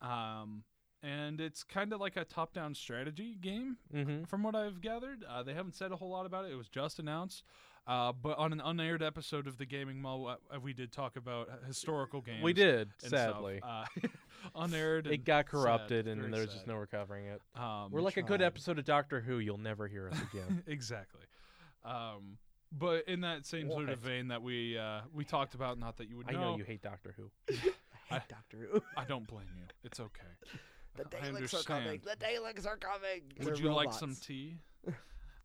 S3: um, and it's kind of like a top-down strategy game
S4: Mhm.
S3: from what I've gathered. Uh, they haven't said a whole lot about it. It was just announced. Uh, but on an unaired episode of the Gaming Mall, uh, we did talk about uh, historical games.
S4: We did,
S3: and stuff.
S4: sadly.
S3: Uh, unaired.
S4: it
S3: and
S4: got
S3: sad,
S4: corrupted,
S3: very
S4: and there's
S3: sad.
S4: just no recovering it.
S3: Um,
S4: We're like a good
S2: tried.
S4: episode of Doctor Who. You'll never hear us again.
S3: exactly. Um, but in that same sort of
S4: What?
S3: vein that we uh, we talked about, not that you would
S4: I
S3: know.
S4: know you hate Doctor Who.
S2: I hate Doctor Who.
S3: I don't blame you. It's okay.
S2: The
S3: I
S2: Daleks are coming.
S3: understand.
S2: The Daleks are coming. They're
S3: Would you like some
S2: robots.
S3: tea?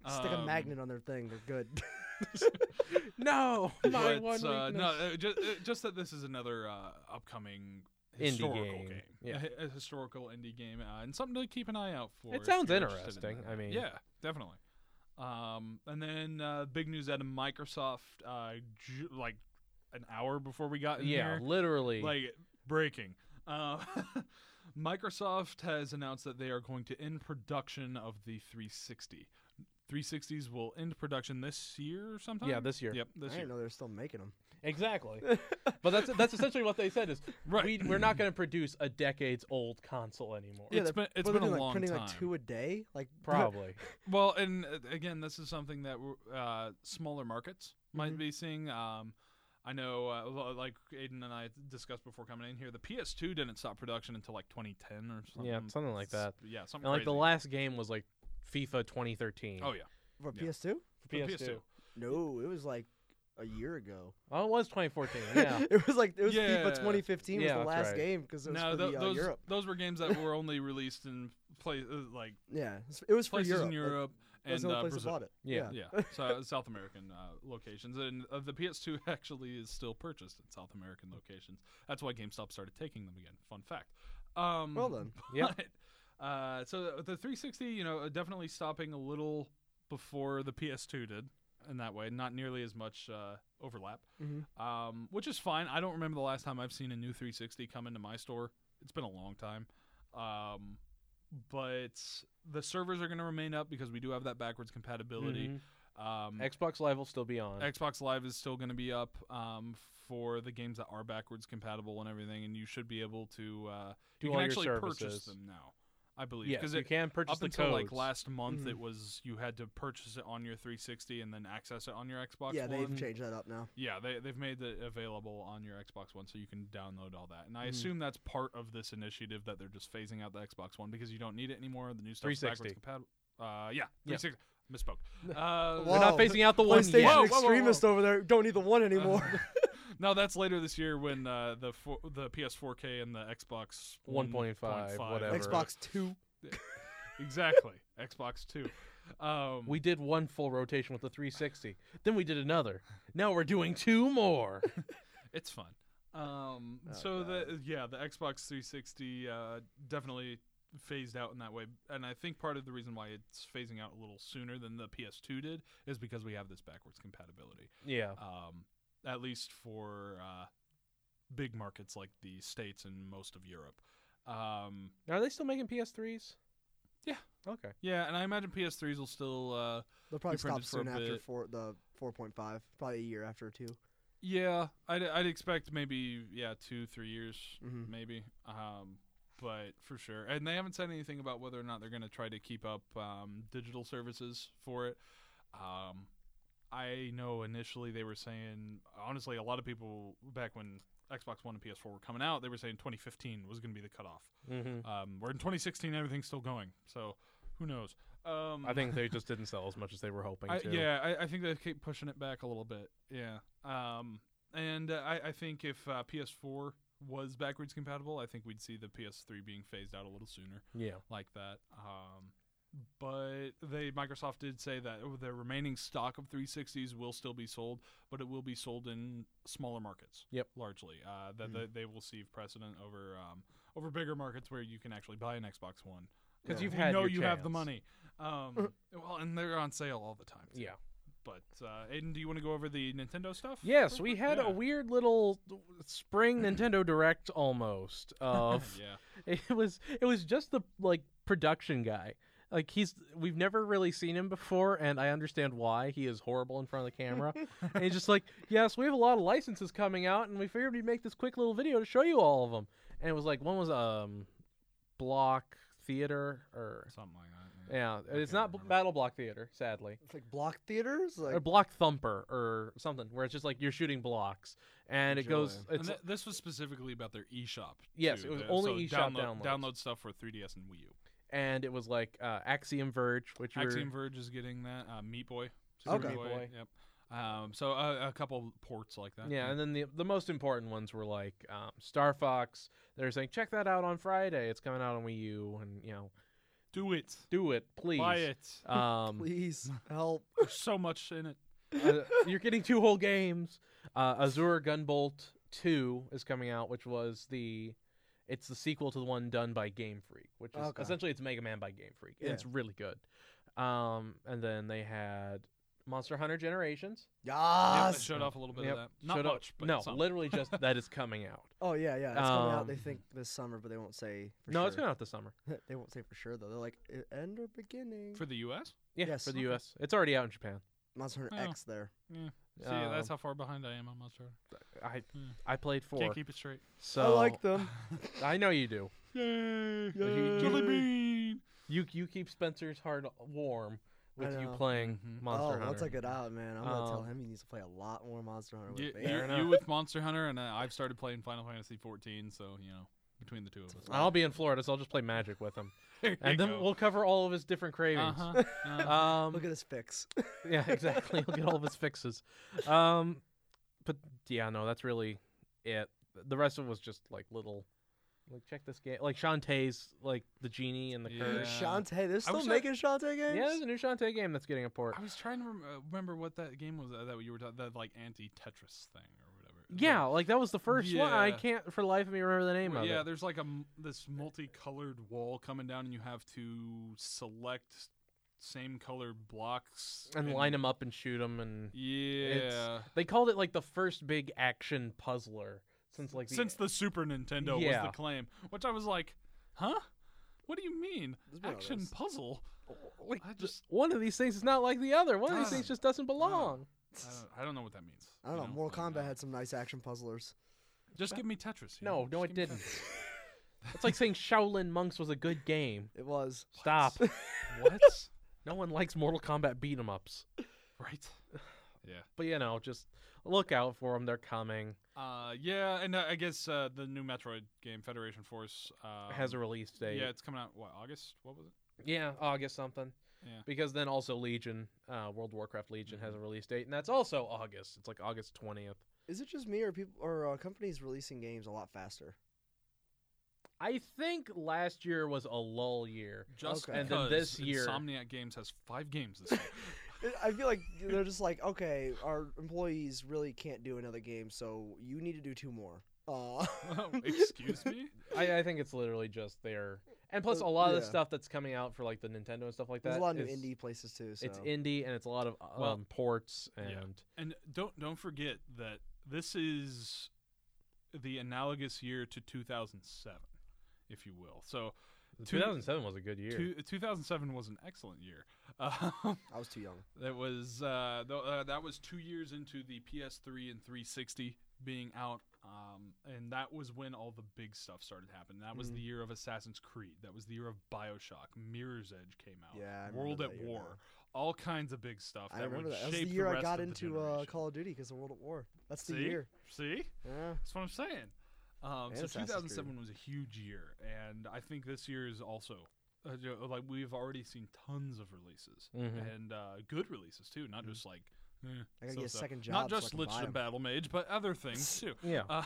S2: Stick a
S3: Um,
S2: magnet on their thing. They're good.
S4: No, my
S3: but,
S4: one
S3: uh,
S4: weakness.
S3: no, uh, just, just that this is another uh, upcoming
S4: Indie
S3: historical
S4: game.
S3: game,
S4: Yeah.
S3: A hi- a, historical indie game, uh, and something to keep an eye out for.
S4: It
S3: if
S4: sounds
S3: you're interested in
S4: interesting.
S3: that.
S4: I mean-
S3: yeah, definitely. Um, and then uh, big news out of Microsoft, uh, ju- like an hour before we got in
S4: yeah,
S3: here,
S4: literally.
S3: like breaking. Uh, Microsoft has announced that they are going to end production of the 360. 360s will end production this year or sometime.
S4: yeah, this year.
S3: Yep, this
S2: I
S3: year.
S2: didn't know they're still making them.
S4: Exactly. but that's that's essentially what they said is
S3: Right.
S4: we, we're not going to produce a decades old console anymore.
S3: Yeah. It's been- it's been a
S2: like,
S3: long
S2: printing
S3: time.
S2: like two a day. Like
S4: Probably.
S3: Well, and uh, again, this is something that we're, uh, smaller markets might
S2: Mhm.
S3: be seeing. Um, I know, uh, l- like Aiden and I discussed before coming in here, the PS2 didn't stop production until like 2010 or something.
S4: yeah, something like that.
S3: S- Yeah, something
S4: And like the
S3: crazy.
S4: last game was like FIFA 2013.
S3: Oh yeah,
S2: for
S3: Yeah.
S2: PS2?
S3: for
S4: PS2.
S3: PS2.
S2: No, it was like a year ago.
S4: Oh, it was 2014. Yeah.
S2: it was like it was
S3: Yeah.
S2: FIFA
S4: Yeah,
S2: 2015 was
S4: that's
S2: the last
S4: right.
S2: game because it was
S3: No,
S2: for
S3: tho-
S2: the, uh,
S3: those
S2: Europe.
S3: those were games that were only released in play uh, like
S2: Yeah, it's- it was for
S3: places
S2: Europe.
S3: in
S2: like,
S3: Europe
S2: that's
S3: and
S2: the only
S3: uh,
S2: place
S3: Brazil.
S2: I bought it.
S4: Yeah.
S3: yeah, so South American uh, locations, and uh, the PS2 actually is still purchased in South American locations. That's why GameStop started taking them again. Fun fact. Um,
S2: Well done.
S4: Yep.
S3: but, uh, so the 360, you know, uh, definitely stopping a little before the PS2 did in that way. Not nearly as much uh, overlap,
S2: Mhm.
S3: um, which is fine. I don't remember the last time I've seen a new 360 come into my store. It's been a long time. Um, but the servers are going to remain up because we do have that backwards compatibility.
S4: Mhm.
S3: Um,
S4: Xbox Live will still be on.
S3: Xbox Live is still going to be up um, for the games that are backwards compatible and everything, and you should be able to uh,
S4: Do
S3: you
S4: all
S3: can
S4: your
S3: actually purchase
S4: services.
S3: them now. I believe
S4: yes, you
S3: it-
S4: can purchase
S3: up
S4: the
S3: until like
S4: codes. Mm-hmm.
S3: last month,
S2: Mhm.
S3: it was you had to purchase it on your 360 and then access it on your Xbox.
S2: Yeah,
S3: One.
S2: they've changed that up now.
S3: Yeah, they, they've made it available on your Xbox One, so you can download all that. And I
S4: Mm-hmm.
S2: Mhm.
S3: assume that's part of this initiative that they're just phasing out the Xbox One because you don't need it anymore. The new stuff's
S4: 360.
S3: backwards compatible. Uh, yeah, 360. Misspoke. Uh,
S4: They're not
S2: Wow.
S4: phasing out the one
S2: PlayStation
S4: yet.
S3: Whoa, whoa, whoa,
S2: extremist over there don't need the one anymore.
S4: Uh,
S3: Uh, No, that's later this year when uh, the four, the PS4K and the Xbox
S4: 1.5,
S3: 1.5,
S4: whatever.
S2: Xbox Two.
S3: exactly Xbox Two. Um,
S4: We did one full rotation with the 360. Then we did another. Now we're doing two more.
S3: it's fun. Um,
S2: Oh,
S3: so the yeah the Xbox 360 uh, definitely phased out in that way, and I think part of the reason why it's phasing out a little sooner than the PS2 did is because we have this backwards compatibility.
S4: yeah.
S3: Um, at least for uh, big markets like the states and most of Europe. Um,
S4: Are they still making PS3s?
S3: Yeah.
S4: Okay.
S3: yeah, and I imagine PS3s will still. Uh,
S2: They'll probably
S3: You printed
S2: stop
S3: for a
S2: soon after
S3: bit.
S2: four, the 4.5, probably a year after two.
S3: Yeah, I'd, I'd expect maybe yeah two three years
S4: Mm-hmm.
S2: Mhm.
S3: maybe, um, but for sure. And they haven't said anything about whether or not they're going to try to keep up um, digital services for it. Um, I know initially they were saying honestly a lot of people back when Xbox One and PS4 were coming out they were saying 2015 was going to be the cutoff.
S4: Mm-hmm.
S3: Um, we're in 2016, everything's still going, so who knows? Um,
S4: I think they just didn't sell as much as they were hoping
S3: I,
S4: to.
S3: yeah, I, I think they keep pushing it back a little bit. Yeah. Um, and uh, I, I think if uh, PS4 was backwards compatible, I think we'd see the PS3 being phased out a little sooner
S4: Yeah.
S3: like that. Um, but they Microsoft did say that the remaining stock of 360s will still be sold, but it will be sold in smaller markets.
S4: Yep. Mm-hmm.
S3: largely. Uh, that
S2: Mm.
S3: they, they will see precedent over um, over bigger markets where you can actually buy an Xbox One
S4: Because
S2: Yeah.
S4: you've
S3: we
S4: had
S3: know
S4: your
S3: you have the
S4: chance.
S3: money. Um, well, and they're on sale all the time. too.
S4: Uh-huh. Yeah.
S3: But uh, Aiden, do you want to go over the Nintendo stuff?
S4: Yes,
S3: real
S4: we
S3: quick?
S4: had
S3: Yeah.
S4: a weird little spring Nintendo Direct almost of
S3: Yeah.
S4: it was it was just the like production guy like he's we've never really seen him before and i understand why he is horrible in front of the camera and he's just like yes we have a lot of licenses coming out and we figured we'd make this quick little video to show you all of them and it was like one was um block theater or
S3: Something like that.
S4: yeah
S3: I
S4: it's
S3: can't
S4: not B-
S3: remember.
S4: battle block theater sadly
S2: It's like block theaters. Like
S4: or block thumper or something where it's just like you're shooting blocks and it goes
S2: Enjoy.
S3: and
S4: it's
S3: th- this was specifically about their eShop.
S4: Yes,
S3: too,
S4: it was
S3: the-
S4: only
S3: so
S4: eShop
S3: download,
S4: downloads.
S3: Download stuff for 3DS and Wii U.
S4: and it was like uh, axiom verge which were-
S3: Axiom Verge is getting that. Uh, Meat Boy.
S2: Okay.
S4: Meat Boy.
S3: Yep. Um, so uh, a couple ports like that.
S4: Yeah, and then the the most important ones were like um, Star Fox. They're saying check that out on Friday. It's coming out on Wii U, and you know,
S3: do it.
S4: do it, please.
S3: Buy it.
S4: Um,
S2: please help.
S3: There's so much in it.
S4: uh, you're getting two whole games. Uh, Azure Gunbolt Two is coming out, which was the it's the sequel to the one done by Game Freak, which is
S2: Okay.
S4: essentially it's Mega Man by Game Freak. and
S2: Yeah.
S4: It's really good. Um, and then they had Monster Hunter Generations.
S3: Yeah,
S2: Yes.
S3: they showed off a little bit
S4: Yep,
S3: of that. Not
S4: showed up-
S3: much, but
S4: no,
S3: some.
S4: literally just that is coming out.
S2: Oh yeah, yeah. It's coming out. They
S4: Um,
S2: think this summer, but they won't say. For
S4: no,
S2: sure.
S4: it's coming out this summer.
S2: they won't say for sure though. They're like "E- end or beginning.
S3: for the U.S.
S4: Yeah,
S2: Yes.
S4: for the
S2: Okay.
S4: U.S. It's already out in Japan.
S2: Monster Hunter
S3: Oh.
S2: X there.
S3: See,
S4: Uh,
S3: that's how far behind I am on Monster. Hunter.
S4: I
S3: Hmm.
S4: I played 4
S3: Can't keep it straight.
S4: so
S2: I like them.
S4: I know you do.
S3: Yay!
S4: you-
S3: Jelly
S2: Yay.
S3: bean.
S4: You you keep Spencer's heart warm
S2: I
S4: with you
S2: know.
S4: playing
S3: Mhm.
S2: oh,
S4: Monster Hunter.
S2: once I get out, man, I'm gonna tell
S4: Um,
S2: him he needs to play a lot more Monster Hunter with
S3: You,
S2: me.
S3: you-
S4: Fair
S3: you
S4: enough.
S3: with Monster Hunter, and uh, I've started playing Final Fantasy 14. So you know, between the two of us,
S4: I'll be in Florida, so I'll just play Magic with him,
S3: There you
S4: and then
S3: go.
S4: we'll cover all of his different cravings.
S3: Uh-huh. Uh,
S4: Um,
S2: Look at his fix.
S4: yeah, exactly. He'll get all of his fixes. Um, but yeah, no, that's really it. The rest of it was just like little, like check this game, like Shantae's, like the genie and the curse.
S3: Yeah.
S2: Shantae, they're still
S3: wish I-
S2: making Shantae games.
S4: Yeah, there's a new Shantae game that's getting a port.
S3: I was trying to rem- uh, remember what that game was uh, that you were talking that like anti Tetris thing or whatever. The-
S4: Yeah, like that was the first one. I
S3: Yeah.
S4: can't for the life of me remember the name
S3: Well,
S4: of
S3: yeah,
S4: it.
S3: there's like a m- this multicolored wall coming down, and you have to select same color blocks
S4: And line them up and shoot them, and
S3: Yeah,
S4: they called it like the first big action puzzler since like the,
S3: since the Super Nintendo
S4: Yeah.
S3: was the claim, which I was like, huh? What do you mean
S2: There's been all
S3: action
S2: those.
S3: puzzle?
S4: like
S3: I
S4: the-
S3: just- Ah.
S4: one of these things is not like the other. One of these
S3: Doesn't-
S4: things just doesn't belong.
S3: I don't, I don't know what that means.
S2: I don't
S3: you
S2: know. Mortal
S3: but, uh,
S2: Kombat had some nice action puzzlers.
S3: Just give me Tetris. you
S4: No,
S3: know,
S4: no,
S3: just
S4: it
S3: give me
S4: didn't.
S3: Tetris.
S4: It's like saying Shaolin Monks was a good game.
S2: It was.
S4: Stop.
S3: what?
S4: No one likes Mortal Kombat beat 'em ups,
S3: Right. Yeah.
S4: but you know, just look out for them. They're coming.
S3: Uh, yeah, and uh, I guess uh, the new Metroid game, Federation Force, uh,
S4: Has a release date.
S3: Yeah, it's coming out what August? What was it?
S4: Yeah, August something.
S3: Yeah. Mm-hmm.
S4: Because then also Legion, uh, World of Warcraft Legion has a release date, and that's also August. It's like August twentieth.
S2: Is it just me or people or uh, companies releasing games a lot faster?
S4: I think last year was a lull year.
S3: Just
S2: Okay.
S4: And then
S3: because
S4: this year-
S3: Insomniac Games has five games this year.
S2: It- I feel like they're just like, okay, our employees really can't do another game, so you need to do two more. Uh,
S3: Excuse me.
S4: I, I think it's literally just there, and plus a
S2: Uh,
S4: lot of the
S2: yeah.
S4: stuff that's coming out for like the Nintendo and stuff like that.
S2: There's a lot of
S4: is-
S2: new indie places too. So.
S4: It's indie, and it's a lot of um,
S3: Well,
S4: ports and
S3: yeah. And don't don't forget that this is the analogous year to 2007, if you will. So Two-
S4: 2007 was a good year.
S3: two, 2007 was an excellent year. Um,
S2: I was too young.
S3: that was uh, th- uh, that was two years into the PS3 and 360 being out, um, and that was when all the big stuff started happening. That
S2: Mm-hmm.
S3: was the year of Assassin's Creed. That was the year of Bioshock. Mirror's Edge came out.
S2: Yeah, I remember
S3: World
S2: that
S3: at
S2: year
S3: War.
S2: now.
S3: All kinds of big stuff.
S2: I
S3: that
S2: remember
S3: would
S2: that. That was the
S3: shape
S2: year I
S3: rest of
S2: got
S3: the
S2: into uh,
S3: generation.
S2: Call of Duty because of World at War. That's the
S3: See?
S2: year.
S3: See.
S2: Yeah.
S3: That's what I'm saying. Um,
S2: And
S3: so
S2: Assassin's
S3: 2007 was a huge year, and I think this year is also uh, you know, like we've already seen tons of releases
S4: Mhm.
S3: and uh, good releases too, not just like. eh,
S2: Mm-hmm. I gotta get a
S3: so-so.
S2: second
S3: Not
S2: job so I
S3: just
S2: can buy
S3: Lich and
S2: 'em.
S3: Battle Mage, but other things too.
S4: yeah,
S3: Uh,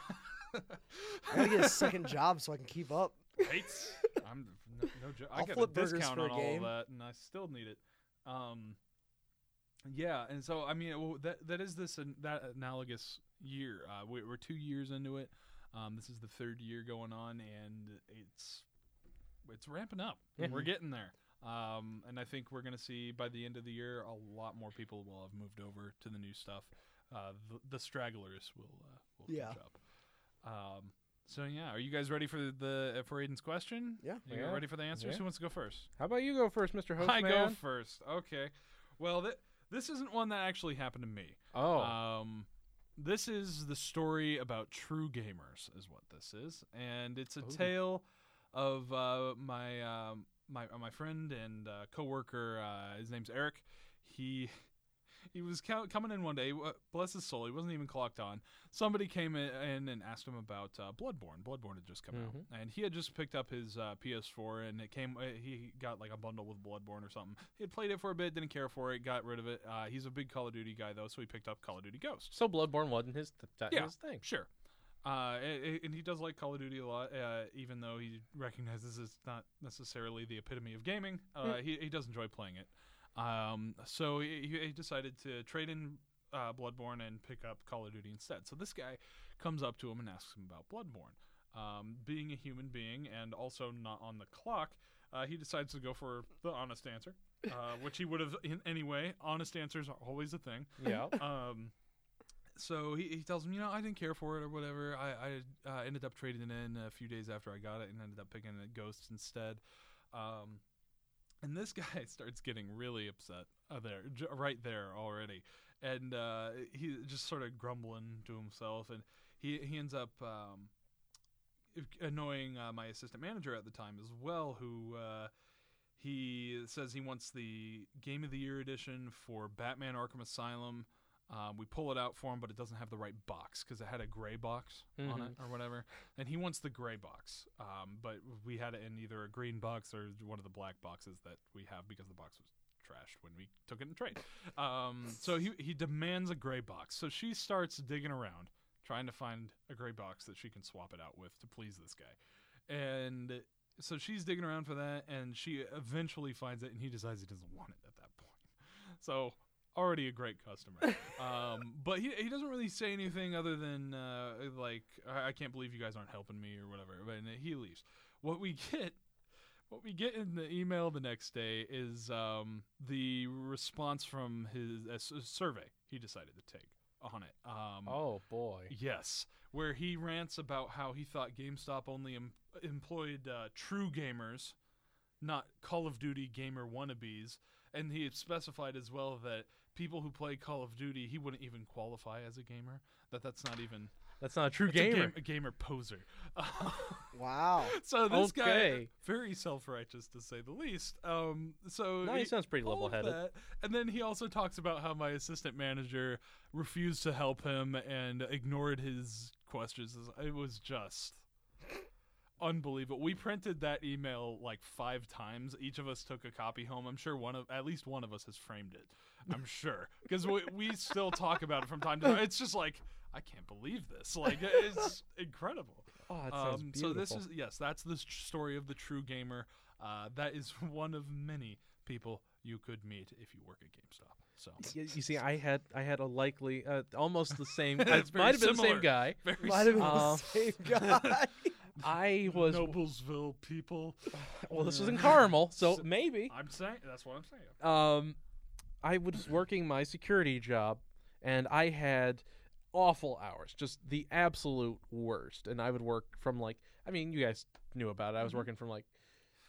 S2: I gotta get a second job so I can keep up.
S3: right? I'm no, no joke. I
S2: I'll
S3: got
S2: flip
S3: a
S2: burgers
S3: discount
S2: for
S3: on
S2: a
S3: all of
S2: game.
S3: that, and I still need it. Um, yeah, and so I mean, well, that that is this an, that analogous year. Uh, we, we're two years into it. Um, this is the third year going on, and it's it's ramping up.
S4: Yeah.
S2: Mm-hmm.
S3: We're getting there. Um, and I think we're going to see by the end of the year a lot more people will have moved over to the new stuff. Uh, the, the stragglers will uh, will
S2: Yeah.
S3: catch up. Um, so yeah, are you guys ready for the for Aiden's question?
S2: Yeah.
S3: you
S4: Yeah.
S3: ready for the answers?
S4: Yeah.
S3: Who wants to go first?
S4: How about you go first, Mr. Host?
S3: I go first. Okay. Well, th- this isn't one that actually happened to me.
S4: Oh,
S3: Um, this is the story about true gamers, is what this is, and it's a
S4: Ooh.
S3: tale of uh, my um, my uh, my friend and uh, coworker. Uh, his name's Eric. He he was co- coming in one day. w- Bless his soul, he wasn't even clocked on. Somebody came in in and asked him about uh, Bloodborne. Bloodborne had just come out, and he had just picked up his uh, PS4, and it came. Uh, he got like a bundle with Bloodborne or something. He had played it for a bit, didn't care for it, got rid of it. Uh, he's a big Call of Duty guy though, so he picked up Call of Duty Ghosts.
S4: so Bloodborne wasn't his th- that
S3: Yeah.
S4: his thing.
S3: Sure. Uh, and, and he does like Call of Duty a lot, uh, even though he recognizes it's not necessarily the epitome of gaming. Uh, he, he does enjoy playing it. Um, so he, he- he decided to trade in uh, Bloodborne and pick up Call of Duty instead. So this guy comes up to him and asks him about Bloodborne. Um, being a human being and also not on the clock, uh, he decides to go for the honest answer, uh, which he would have in anyway. Honest answers are always a thing
S4: Yeah.
S3: um, so he, he tells him, you know, I didn't care for it or whatever. I, I uh, ended up trading it in a few days after I got it and ended up picking a ghost instead. Um, and this guy starts getting really upset uh, there, j- right there already, and uh, he just sort of grumbling to himself, and he he ends up um, annoying uh, my assistant manager at the time as well, who. Uh, he says he wants the Game of the Year edition for Batman Arkham Asylum. Um, we pull it out for him, but it doesn't have the right box because it had a gray box on
S4: Mhm.
S3: it or whatever. And he wants the gray box, um, but we had it in either a green box or one of the black boxes that we have because the box was trashed when we took it in trade. Um, so he, he demands a gray box. So she starts digging around, trying to find a gray box that she can swap it out with to please this guy. And so she's digging around for that and she eventually finds it and he decides he doesn't want it at that point so already a great customer um, but he, he doesn't really say anything other than uh, like I, I can't believe you guys aren't helping me or whatever but and he leaves what we get what we get in the email the next day is um, the response from his a s- a survey he decided to take on it um,
S4: oh boy.
S3: Yes, where he rants about how he thought GameStop only em- employed uh, true gamers, not Call of Duty gamer wannabes, and he had specified as well that people who play Call of Duty he wouldn't even qualify as a gamer. That that's not even
S4: That's not a true
S3: it's a
S4: gamer.
S3: gam- a gamer poser.
S2: Wow.
S3: so this guy
S4: Okay.
S3: very self righteous to say the least. Um, so
S4: No, he
S3: he-
S4: sounds pretty
S3: all of
S4: level-headed.
S3: that. And then he also talks about how my assistant manager refused to help him and ignored his questions. It was just unbelievable. We printed that email like five times. Each of us took a copy home. I'm sure one of at least one of us has framed it. I'm sure because we, we still talk about it from time to time. It's just like I can't believe this. Like it's incredible.
S4: Oh, that sounds
S3: Um, so this
S4: beautiful.
S3: is yes, that's the s- story of the true gamer. Uh, that is one of many people you could meet if you work at GameStop. So
S4: You, you see, I had I had a likely, uh, almost the same. It
S3: It's very
S4: might have been the
S3: similar.
S4: same guy.
S3: very
S2: Might have been the
S4: Uh,
S2: same guy.
S4: I was.
S3: Noblesville people.
S4: Well, this was in Carmel, so
S3: So-
S4: maybe.
S3: I'm saying that's what I'm saying.
S4: um, I was working my security job, and I had awful hours, just the absolute worst. And I would work from like, I mean, you guys knew about it. I was working from like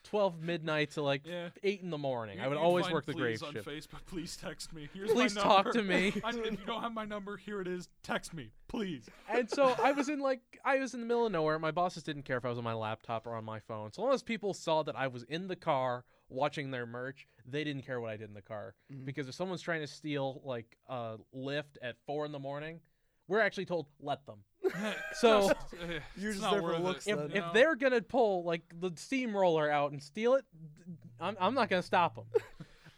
S4: twelve midnight to like
S3: Mm-hmm. Yeah.
S4: eight in the morning.
S3: You-
S4: I would
S3: you'd
S4: always
S3: find
S4: work the
S3: please
S4: grave
S3: on
S4: shift.
S3: Facebook. Please text me. Here's
S4: Please
S3: my
S4: talk
S3: number.
S4: to me.
S3: I, if you don't have my number, here it is. Text me, please.
S4: and so I was in like I was in the middle of nowhere. My bosses didn't care if I was on my laptop or on my phone. So long as people saw that I was in the car watching their merch, they didn't care what I did in the car.
S2: Mhm.
S4: Because if someone's trying to steal like a lift at four in the morning, we're actually told let them. So-
S3: Just, eh,
S2: You're
S3: it's
S2: just
S3: not
S2: there for
S3: worth
S2: looks,
S3: it.
S4: If,
S2: then.
S4: if they're gonna pull like the steamroller out and steal it, I'm, I'm not gonna stop them.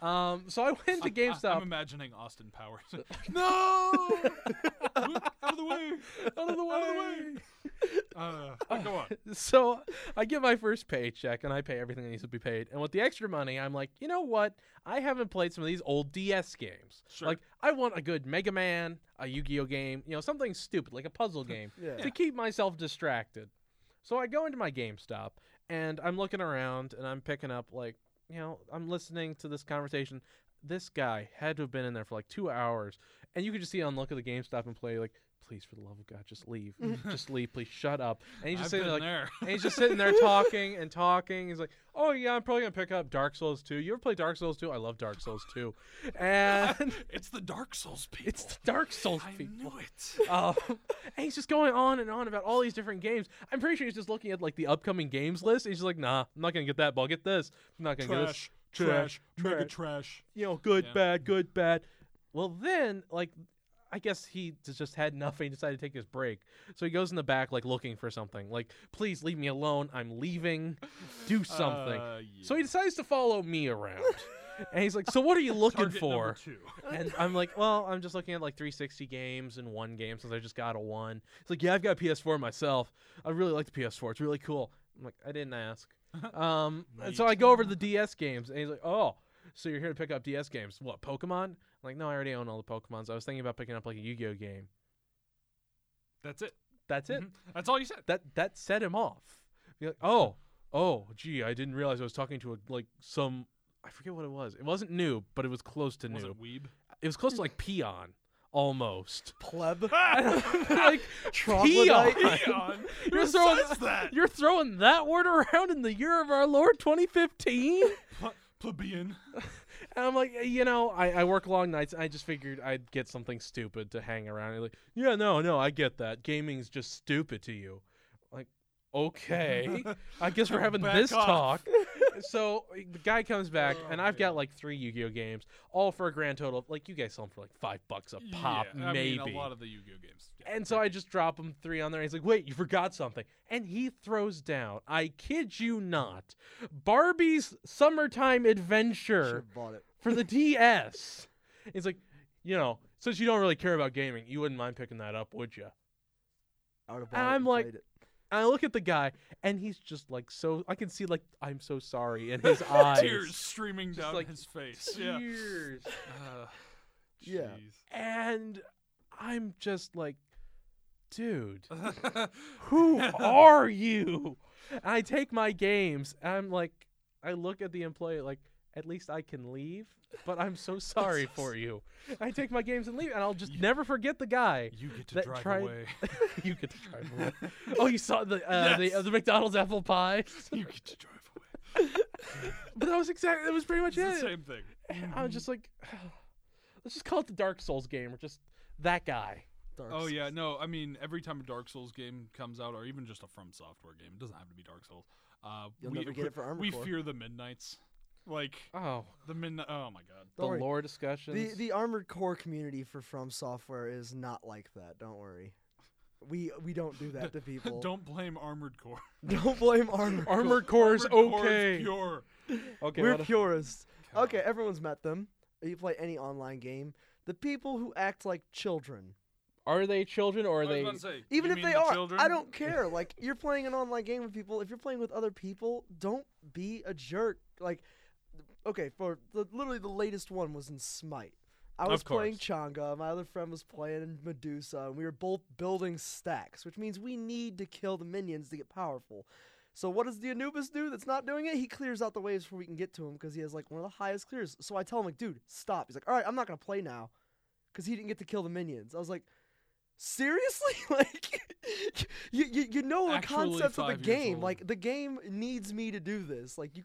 S4: Um, so I went to
S3: I- I'm
S4: GameStop.
S3: imagining Austin Powers. no, Look, out of the way,
S4: out of the
S3: out of the
S4: way.
S3: way. Uh, but go on.
S4: so I get my first paycheck and I pay everything that needs to be paid. And with the extra money, I'm like, you know what? I haven't played some of these old DS games.
S3: Sure.
S4: Like, I want a good Mega Man, a Yu Gi Oh game, you know, something stupid, like a puzzle game
S2: yeah.
S4: to keep myself distracted. So I go into my GameStop and I'm looking around and I'm picking up like you know, I'm listening to this conversation. This guy had to have been in there for like two hours, and you could just see on look at the GameStop employee like, please for the love of God, just leave, just leave, please shut up. And he's just
S3: I've
S4: sitting
S3: been
S4: there
S3: there.
S4: like, and he's just sitting there talking and talking. He's like, oh yeah, I'm probably gonna pick up Dark Souls 2. You ever play Dark Souls 2? I love Dark Souls 2, and
S3: it's the Dark Souls people.
S4: it's the Dark Souls
S3: I
S4: people.
S3: knew it.
S4: Um, and he's just going on and on about all these different games. I'm pretty sure he's just looking at like the upcoming games list. And he's just like, nah, I'm not gonna get that, but I'll get this. I'm not gonna get this. Trash, mega
S3: trash.
S4: You know, good,
S3: Yeah.
S4: bad, good, bad. Well, then like, I guess he j- just had enough and he decided to take his break. So he goes in the back like looking for something. Like, please leave me alone. I'm leaving. Do something.
S3: Uh,
S4: So he
S3: yeah.
S4: decides to follow me around. and he's like, so what are you looking
S3: Target
S4: for?
S3: number two.
S4: And I'm like, well, I'm just looking at like 360 games and one game since I just got a one. It's like, yeah, I've got a PS4 myself. I really like the PS4. It's really cool. I'm like, I didn't ask. Um, and so
S3: Neat.
S4: I go over to the DS games, and he's like, oh, so you're here to pick up DS games? What Pokemon? I'm like, no, I already own all the Pokemons. I was thinking about picking up like a Yu-Gi-Oh game.
S3: That's it.
S4: That's it.
S3: Mhm. That's all you said.
S4: That that set him off. You're like, oh, oh, gee, I didn't realize I was talking to a like some. I forget what it was. It wasn't noob, but it was close to
S3: Was
S4: noob.
S3: it weeb?
S4: It was close to like peon, almost.
S2: Pleb.
S4: like
S2: Troglodyte.
S3: Peon?
S4: You're
S3: Who
S4: throwing
S3: says that?
S4: You're throwing that word around in the year of our Lord 2015.
S3: Ple- plebeian.
S4: And I'm like, you know, I, I work long nights. I just figured I'd get something stupid to hang around. You're like, yeah, no, no, I get that. Gaming's just stupid to you. Like, okay, I guess we're having
S3: Back
S4: this
S3: off.
S4: talk. so the guy comes back,
S3: Oh,
S4: and I've got
S3: man.
S4: like three Yu-Gi-Oh games, all for a grand total of like you guys sell them for like five bucks a pop,
S3: Yeah, I
S4: maybe.
S3: mean, a lot of the Yu-Gi-Oh games. Yeah.
S4: And so I just drop him three on there. He's like, wait, you forgot something. And he throws down, I kid you not, Barbie's Summertime Adventure
S2: Should've bought it.
S4: for the DS. He's like, you know, since you don't really care about gaming, you wouldn't mind picking that up, would you?
S2: I would have
S4: I'm
S2: bought it.
S4: like-
S2: and played it.
S4: And I look at the guy, and he's just like so. I can see like I'm so sorry in his eyes.
S3: Tears streaming
S4: Just
S3: down
S4: like,
S3: his face. Yeah.
S4: Tears.
S3: Uh,
S2: Yeah.
S4: And I'm just like, dude.
S3: jeez.
S4: Who are you? And I take my games. And I'm like, I look at the employee like, at least I can leave, but I'm so sorry for you. I take my games and leave, and I'll just
S3: You-
S4: never forget the guy.
S3: You get to
S4: that
S3: drive
S4: tried-
S3: away.
S4: you get to drive away. Oh, you saw the uh, the, uh,
S3: Yes.
S4: the McDonald's apple pie.
S3: you get to drive away.
S4: but that was exactly that was pretty much
S3: It's the
S4: it.
S3: same thing.
S4: I was just like, let's just call it the Dark Souls game, or just that guy.
S2: Dark
S3: Oh yeah,
S2: Souls.
S3: no. I mean, every time a Dark Souls game comes out, or even just a From Software game, it doesn't have to be Dark Souls. Uh,
S2: You'll
S3: we,
S2: never get it for Armored
S3: We
S2: Core.
S3: fear the Midnight's, like
S4: Oh,
S3: the midnight. Oh my god.
S4: the
S2: Don't worry.
S4: lore discussions.
S2: The the armored core community for From Software is not like that. Don't worry. We we don't do that to people.
S3: Don't blame Armored Core.
S2: Don't blame armored. Core.
S4: Armored Core is
S3: Armored Core is
S4: okay.
S3: pure.
S4: Okay,
S2: We're
S4: let us-
S2: purists. Okay, everyone's met them. You play any online game. The people who act like children,
S4: are they children or
S3: I
S4: are
S3: was
S4: they?
S3: about to say,
S2: even
S3: you
S2: if
S3: mean
S2: they
S3: the
S2: are,
S3: children?
S2: I don't care. Like you're playing an online game with people. If you're playing with other people, don't be a jerk. Like, okay, for the, literally the latest one was in Smite. I was playing Changa. My other friend was playing Medusa, and we were both building stacks, which means we need to kill the minions to get powerful. So what does the Anubis do that's not doing it? He clears out the waves before we can get to him because he has like one of the highest clears. So I tell him like, dude, stop. He's like, all right, I'm not gonna play now, because he didn't get to kill the minions. I was like, seriously, like, you, you you know the
S3: Actually
S2: concepts of the
S3: five years
S2: game.
S3: old.
S2: Like the game needs me to do this. Like you,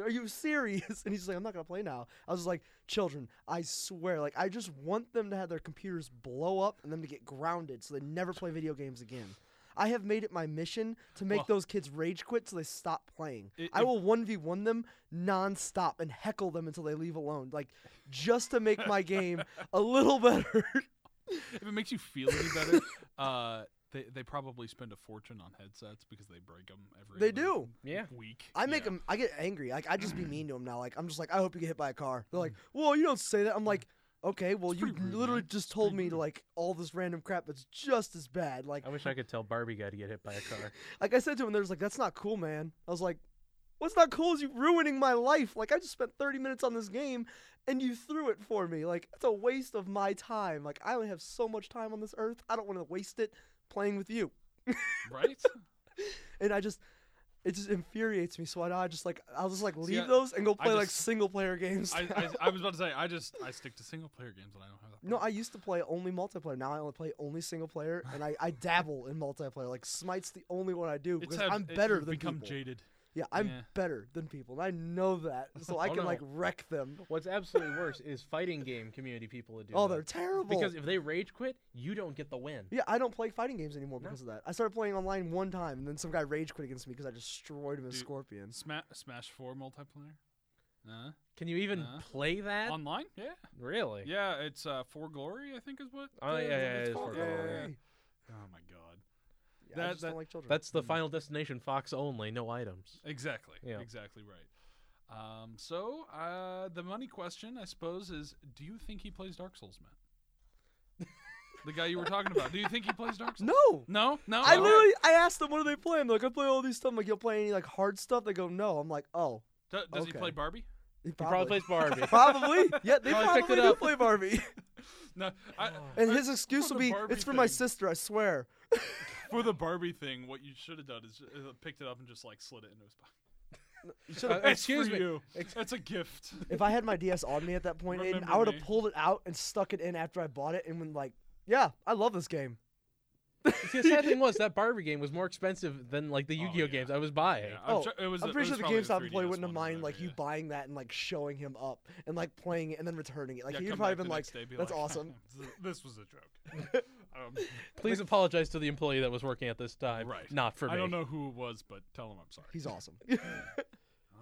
S2: are you serious? And he's just like, I'm not gonna play now. I was just like, children, I swear, like I just want them to have their computers blow up and them to get grounded so they never play video games again. I have made it my mission to make
S3: Well-
S2: those kids rage quit so they stop playing.
S3: I-
S2: I
S3: if-
S2: will one v one them nonstop and heckle them until they leave alone, like just to make my game a little better.
S3: If it makes you feel any better, uh, they they probably spend a fortune on headsets because they break them every.
S2: They
S3: other
S2: do.
S4: Yeah.
S3: Week.
S2: I make
S3: Yeah.
S2: them. I get angry. Like I just be mean to them now. Like I'm just like, I hope you get hit by a car. They're like, well, you don't say that. I'm like, okay, well,
S3: It's
S2: you
S3: pretty rude,
S2: literally
S3: man.
S2: just told
S3: pretty
S2: me to
S3: rude.
S2: like all this random crap that's just as bad. Like
S4: I wish I could tell Barbie guy to get hit by a car.
S2: like I said to him, there's like, that's not cool, man. I was like, what's not cool is you ruining my life. Like I just spent 30 minutes on this game and you threw it for me. Like that's a waste of my time. Like I only have so much time on this earth. I don't want to waste it playing with you.
S3: right.
S2: And I just It just infuriates me. So I, I just like I'll just like leave
S3: I-
S2: those and go
S3: I
S2: play like
S3: just-
S2: single player games.
S3: I,
S2: now.
S3: I, I was about to say I just I stick to single player games when I don't have that.
S2: No, I used to play only multiplayer. Now I only play only single player, and I, I dabble in multiplayer. Like Smite's the only one I do because
S3: had-
S2: I'm
S3: it-
S2: better
S3: you've
S2: than
S3: become
S2: people.
S3: jaded.
S2: yeah, I'm
S3: yeah.
S2: better than people, and I know that, so I
S3: Oh,
S2: can like
S3: no.
S2: wreck them.
S4: What's absolutely worse is fighting game community people that do.
S2: Oh,
S4: that.
S2: they're terrible.
S4: because if they rage quit, you don't get the win.
S2: yeah, I don't play fighting games anymore
S4: No.
S2: because of that. I started playing online one time, and then some guy rage quit against me because I destroyed him as
S3: Dude.
S2: Scorpion.
S3: Sma- Smash Four multiplayer. Uh,
S4: Can you even
S3: Uh,
S4: play that?
S3: online? Yeah.
S4: really?
S3: Yeah, it's uh, For Glory, I think is what.
S4: Oh,
S3: uh,
S4: yeah,
S3: is
S4: yeah,
S3: what
S4: yeah,
S3: it's
S4: it's
S3: called.
S4: For Glory, yeah.
S3: Oh my god.
S2: Yeah, I
S3: That-
S2: just
S3: that-
S2: don't like children.
S4: That's the final destination Fox only, no items.
S3: Exactly.
S4: Yeah.
S3: Exactly right. Um, so uh, the money question, I suppose, is: Do you think he plays Dark Souls, Matt? the guy you were talking about. Do you think he plays Dark Souls?
S2: no.
S3: No, no.
S2: I
S3: okay.
S2: literally I asked them what do they play. I'm like I play all these stuff. I'm like you'll play any like hard stuff. They go no. I'm like oh.
S3: Do- does he
S2: okay.
S3: play Barbie?
S2: He
S4: He probably plays Barbie.
S2: Probably. Yeah, they
S4: Probably
S2: probably,
S4: picked it
S2: do
S4: up.
S2: play Barbie.
S3: No. I,
S2: And
S3: I-
S2: his excuse
S3: for
S2: will
S3: the
S2: be,
S3: Barbie
S2: "It's for my
S3: thing-
S2: sister, I swear."
S3: for the Barbie thing, what you should have done is uh, picked it up and just like slid it into his pocket.
S4: Uh,
S3: It's
S4: excuse
S3: for
S4: me.
S3: You.
S4: Ex-
S3: It's a gift.
S2: If I had my DS on me at that point, Aiden, I
S3: Remember
S2: would have
S3: me.
S2: pulled it out and stuck it in after I bought it, and when like, yeah, I love this game.
S4: See, the sad thing was that Barbie game was more expensive than like the
S3: Oh,
S4: Yu-Gi-Oh
S3: yeah.
S4: games I was buying.
S3: Yeah, I'm
S2: Oh,
S3: sure it was
S2: I'm
S3: a-
S2: pretty
S3: it
S2: sure
S3: was
S2: the
S3: probably a
S2: GameStop employee
S3: 3DS
S2: wouldn't have
S3: one or
S2: minded like
S3: whatever,
S2: you
S3: yeah.
S2: buying that and like showing him up and like playing it and then returning it. Like
S3: Yeah,
S2: he'd
S3: come
S2: probably
S3: back the
S2: been like,
S3: next day, be
S2: "That's
S3: like,
S2: awesome."
S3: this was a joke. um,
S4: Please apologize to the employee that was working at this time.
S3: Right.
S4: Not for me.
S3: I don't know who it was, but tell him I'm sorry.
S2: He's awesome.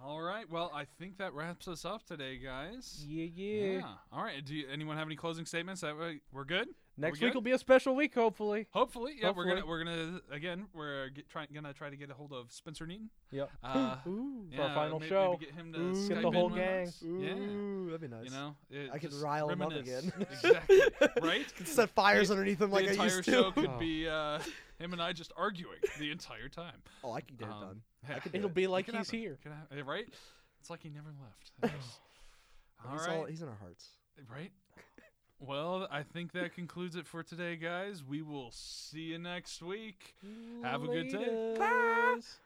S3: All right. Well, I think that wraps us up today, guys.
S4: Yeah, yeah.
S3: All right. Do you, anyone have any closing statements? That way we're good.
S4: Next
S3: we
S4: week
S3: good?
S4: will be a special week, hopefully.
S3: Hopefully, yeah. We're gonna
S4: Hopefully.
S3: we're gonna again we're get, try, gonna try to get a hold of Spencer Neaton.
S4: Yep.
S3: Uh,
S2: Ooh,
S4: For our
S3: yeah,
S4: final
S3: may-
S4: show.
S3: Maybe get him to
S2: Ooh. Get
S3: Skype
S2: the
S3: in
S4: whole
S3: with
S4: gang.
S3: us. Yeah.
S2: ooh, that'd be nice.
S3: You know, it,
S2: I could
S3: just
S2: rile him up
S3: reminisce.
S2: again.
S3: exactly. Right.
S2: Set fires
S3: The-
S2: underneath him like
S3: the
S2: I
S3: entire
S2: used
S3: show
S2: to.
S3: could
S4: Oh.
S3: be uh, him and I just arguing the entire time.
S2: Oh, I could get it
S3: Um,
S2: done.
S3: Yeah.
S2: could do
S4: It'll
S2: it.
S4: be
S3: It
S4: like
S3: could
S4: he's
S3: happen.
S4: here.
S3: Could hap- uh, right? It's like he never left. all
S2: He's
S3: right.
S2: all he's in our hearts.
S3: Right? Well, I think that concludes it for today, guys. We will see you next week. Have a good day.
S4: Laters.